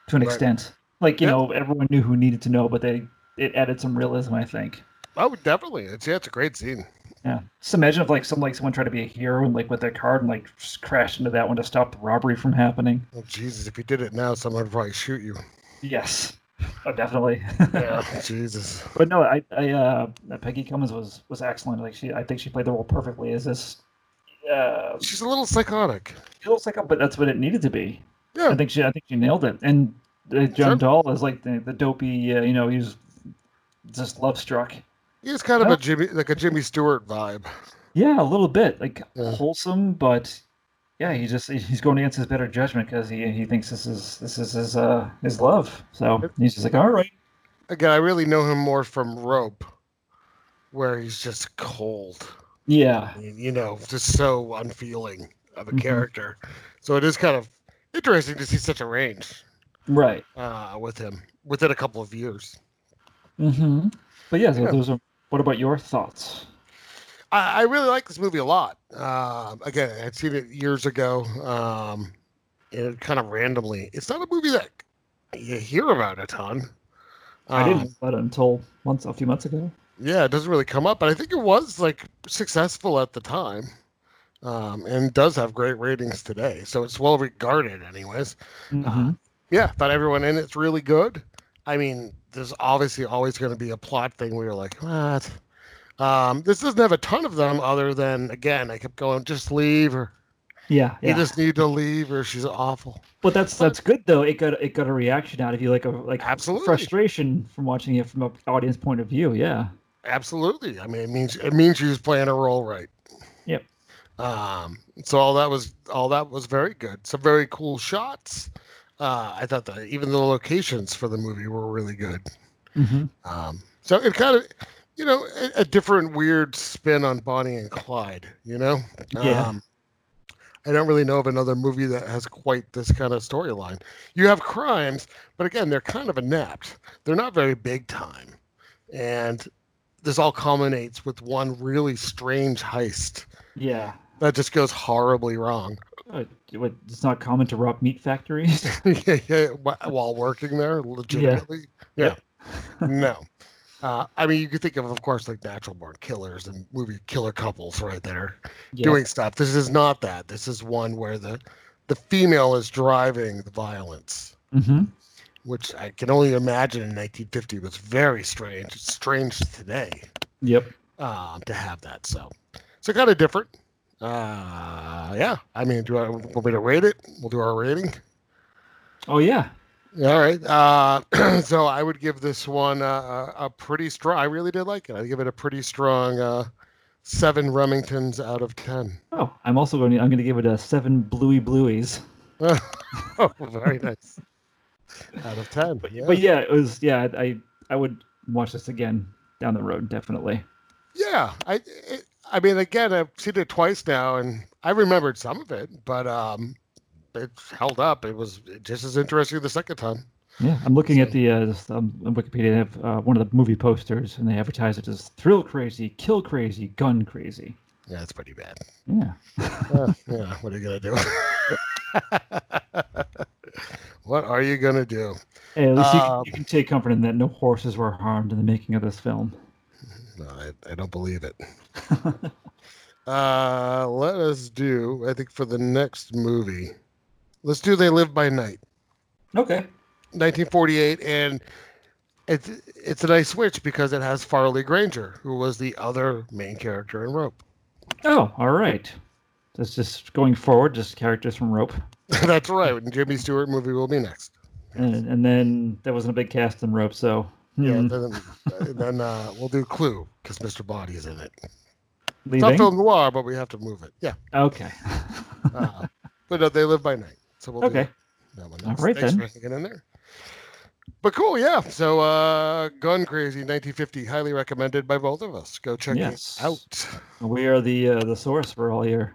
C: to an
B: Right.
C: extent. Like you
B: Yeah.
C: know, everyone knew who needed to know, but they it added some realism, I think.
B: Oh, definitely. It's yeah, it's a great scene.
C: Yeah. Just imagine if like some like someone tried to be a hero and like with their card and like just crashed into that one to stop the robbery from happening.
B: Oh, Jesus, if you did it now, someone would probably shoot you.
C: Yes. Oh, definitely.
B: Jesus.
C: but no, I, I uh, Peggy Cummins was was excellent. Like she, I think she played the role perfectly. Is this? Uh,
B: She's a little psychotic.
C: she looks like, a, but that's what it needed to be. I
B: Yeah.
C: think she, I think she nailed it. And uh, John
B: Sure.
C: Dahl is like the, the dopey, uh, you know, he's just love struck.
B: It's kind of
C: Yeah.
B: a Jimmy, like a Jimmy Stewart vibe.
C: Yeah, a little bit like
B: Yeah.
C: wholesome, but yeah, he just he's going against his better judgment because he he thinks this is this is his uh his love. So he's just like, all right,
B: Again, I really know him more from Rope, where he's just cold.
C: Yeah.
B: mean, you know, just so unfeeling of a
C: Mhm.
B: character. So it is kind of interesting to see such a range
C: Right.
B: uh, with him within a couple of years.
C: Mm-hmm. But yeah, so
B: Yeah.
C: those are. What about your thoughts?
B: I, I really like this movie a lot. Uh, again, I'd seen it years ago, um, and kind of randomly. It's not a movie that you hear about a ton.
C: I
B: Um,
C: didn't but until months a few months ago.
B: yeah, it doesn't really come up, but I think it was like successful at the time, um, and does have great ratings today. So it's well regarded, anyways.
C: Mhm.
B: Yeah, thought everyone in it's really good. I mean, there's obviously always going to be a plot thing where you're like, what? Um, this doesn't have a ton of them, other than again, I kept going, just leave, or
C: Yeah.
B: you
C: Yeah.
B: just need to leave, or she's awful.
C: But that's that's good though. It got it got a reaction out of you, like a like
B: Absolutely.
C: frustration from watching it from an audience point of view. Yeah.
B: Absolutely. I mean, it means it means she was playing her role right.
C: Yep.
B: Um, so all that was all that was very good. Some very cool shots. Uh, I thought that even the locations for the movie were really good.
C: Mm-hmm.
B: Um, so it kind of, you know, a, a different weird spin on Bonnie and Clyde. You know,
C: Yeah.
B: Um, I don't really know of another movie that has quite this kind of storyline. You have crimes, but again, they're kind of inept. They're not very big time, and this all culminates with one really strange heist
C: Yeah.
B: that just goes horribly wrong.
C: Uh, what, it's not common to rob meat factories.
B: yeah, yeah, wh- while working there, legitimately. Yeah. no. Uh, I mean, you could think of, of course, like natural born killers and movie killer couples right there
C: yeah.
B: doing stuff. This is not that. This is one where the the female is driving the violence,
C: hmm
B: which I can only imagine in 1950 was very strange. It's strange today
C: Yep.
B: um, to have that. So, so kind of different. Uh, yeah. I mean, do I want me to rate it? We'll do our rating.
C: Oh yeah.
B: All right. Uh, so I would give this one uh, a, a pretty strong. I really did like it. I'd give it a pretty strong uh, seven Remingtons out of ten.
C: Oh, I'm also going. to I'm going to give it a seven bluey blueys.
B: oh, very nice. Out of ten. yeah.
C: But yeah, it was. Yeah, I I would watch this again down the road definitely.
B: yeah. I. It, I mean, again, I've seen it twice now, and I remembered some of it, but um, it held up. It was just as interesting the second time.
C: Yeah, I'm looking at the uh, this, um, on Wikipedia. They have uh, one of the movie posters, and they advertise it as thrill crazy, kill crazy, gun crazy.
B: Yeah, it's pretty bad.
C: Yeah.
B: Uh, yeah, what are you gonna do? what are you gonna do?
C: Hey, at least you,
B: Um,
C: can, you can take comfort in that no horses were harmed in the making of this film.
B: No, I, I don't believe it. uh, let us do, I think, for the next movie, let's do They Live by Night,
C: Okay.
B: 1948. And it's, it's a nice switch because it has Farley Granger, who was the other main character in Rope.
C: Oh, all right. That's just going forward. Just characters from Rope,
B: That's right. And Jimmy Stewart movie will be next.
C: and, and then there wasn't a big cast in Rope, so
B: Yeah,
C: hmm,
B: then, then uh, we'll do Clue because Mr. Body is in it. It's not
C: leaving.
B: film noir, but we have to move it. Yeah.
C: Okay.
B: Uh, but no, they live by night. So we'll do
C: okay.
B: That one.
C: All
B: Thanks,
C: right,
B: thanks
C: then.
B: for hanging in there. But cool, yeah. So, uh, Gun Crazy 1950, highly recommended by both of us. Go check
C: Yes.
B: it out.
C: We are the uh, the source for all your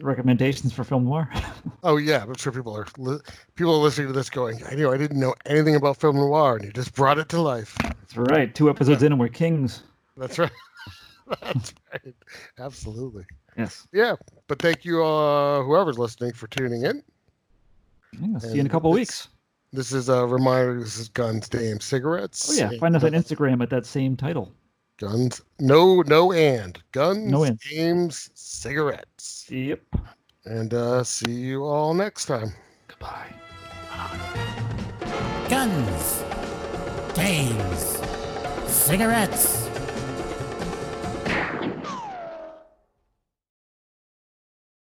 C: recommendations for film noir.
B: Oh yeah, I'm sure people are li- people are listening to this going. I knew I didn't know anything about film noir, and you just brought it to life.
C: That's right. Two episodes in, and we're kings.
B: That's right. That's right. Absolutely.
C: Yes.
B: Yeah. But thank you, uh, whoever's listening, for tuning in.
C: Yeah, see you in a couple
B: And
C: weeks.
B: This is a reminder. This is Guns, Dame, Cigarettes.
C: Oh yeah,
B: and
C: find us on Instagram at that same title.
B: Guns. No, no, and guns,
C: No and.
B: games, cigarettes.
C: Yep.
B: And uh, see you all next time.
C: Goodbye.
A: Guns, games, cigarettes.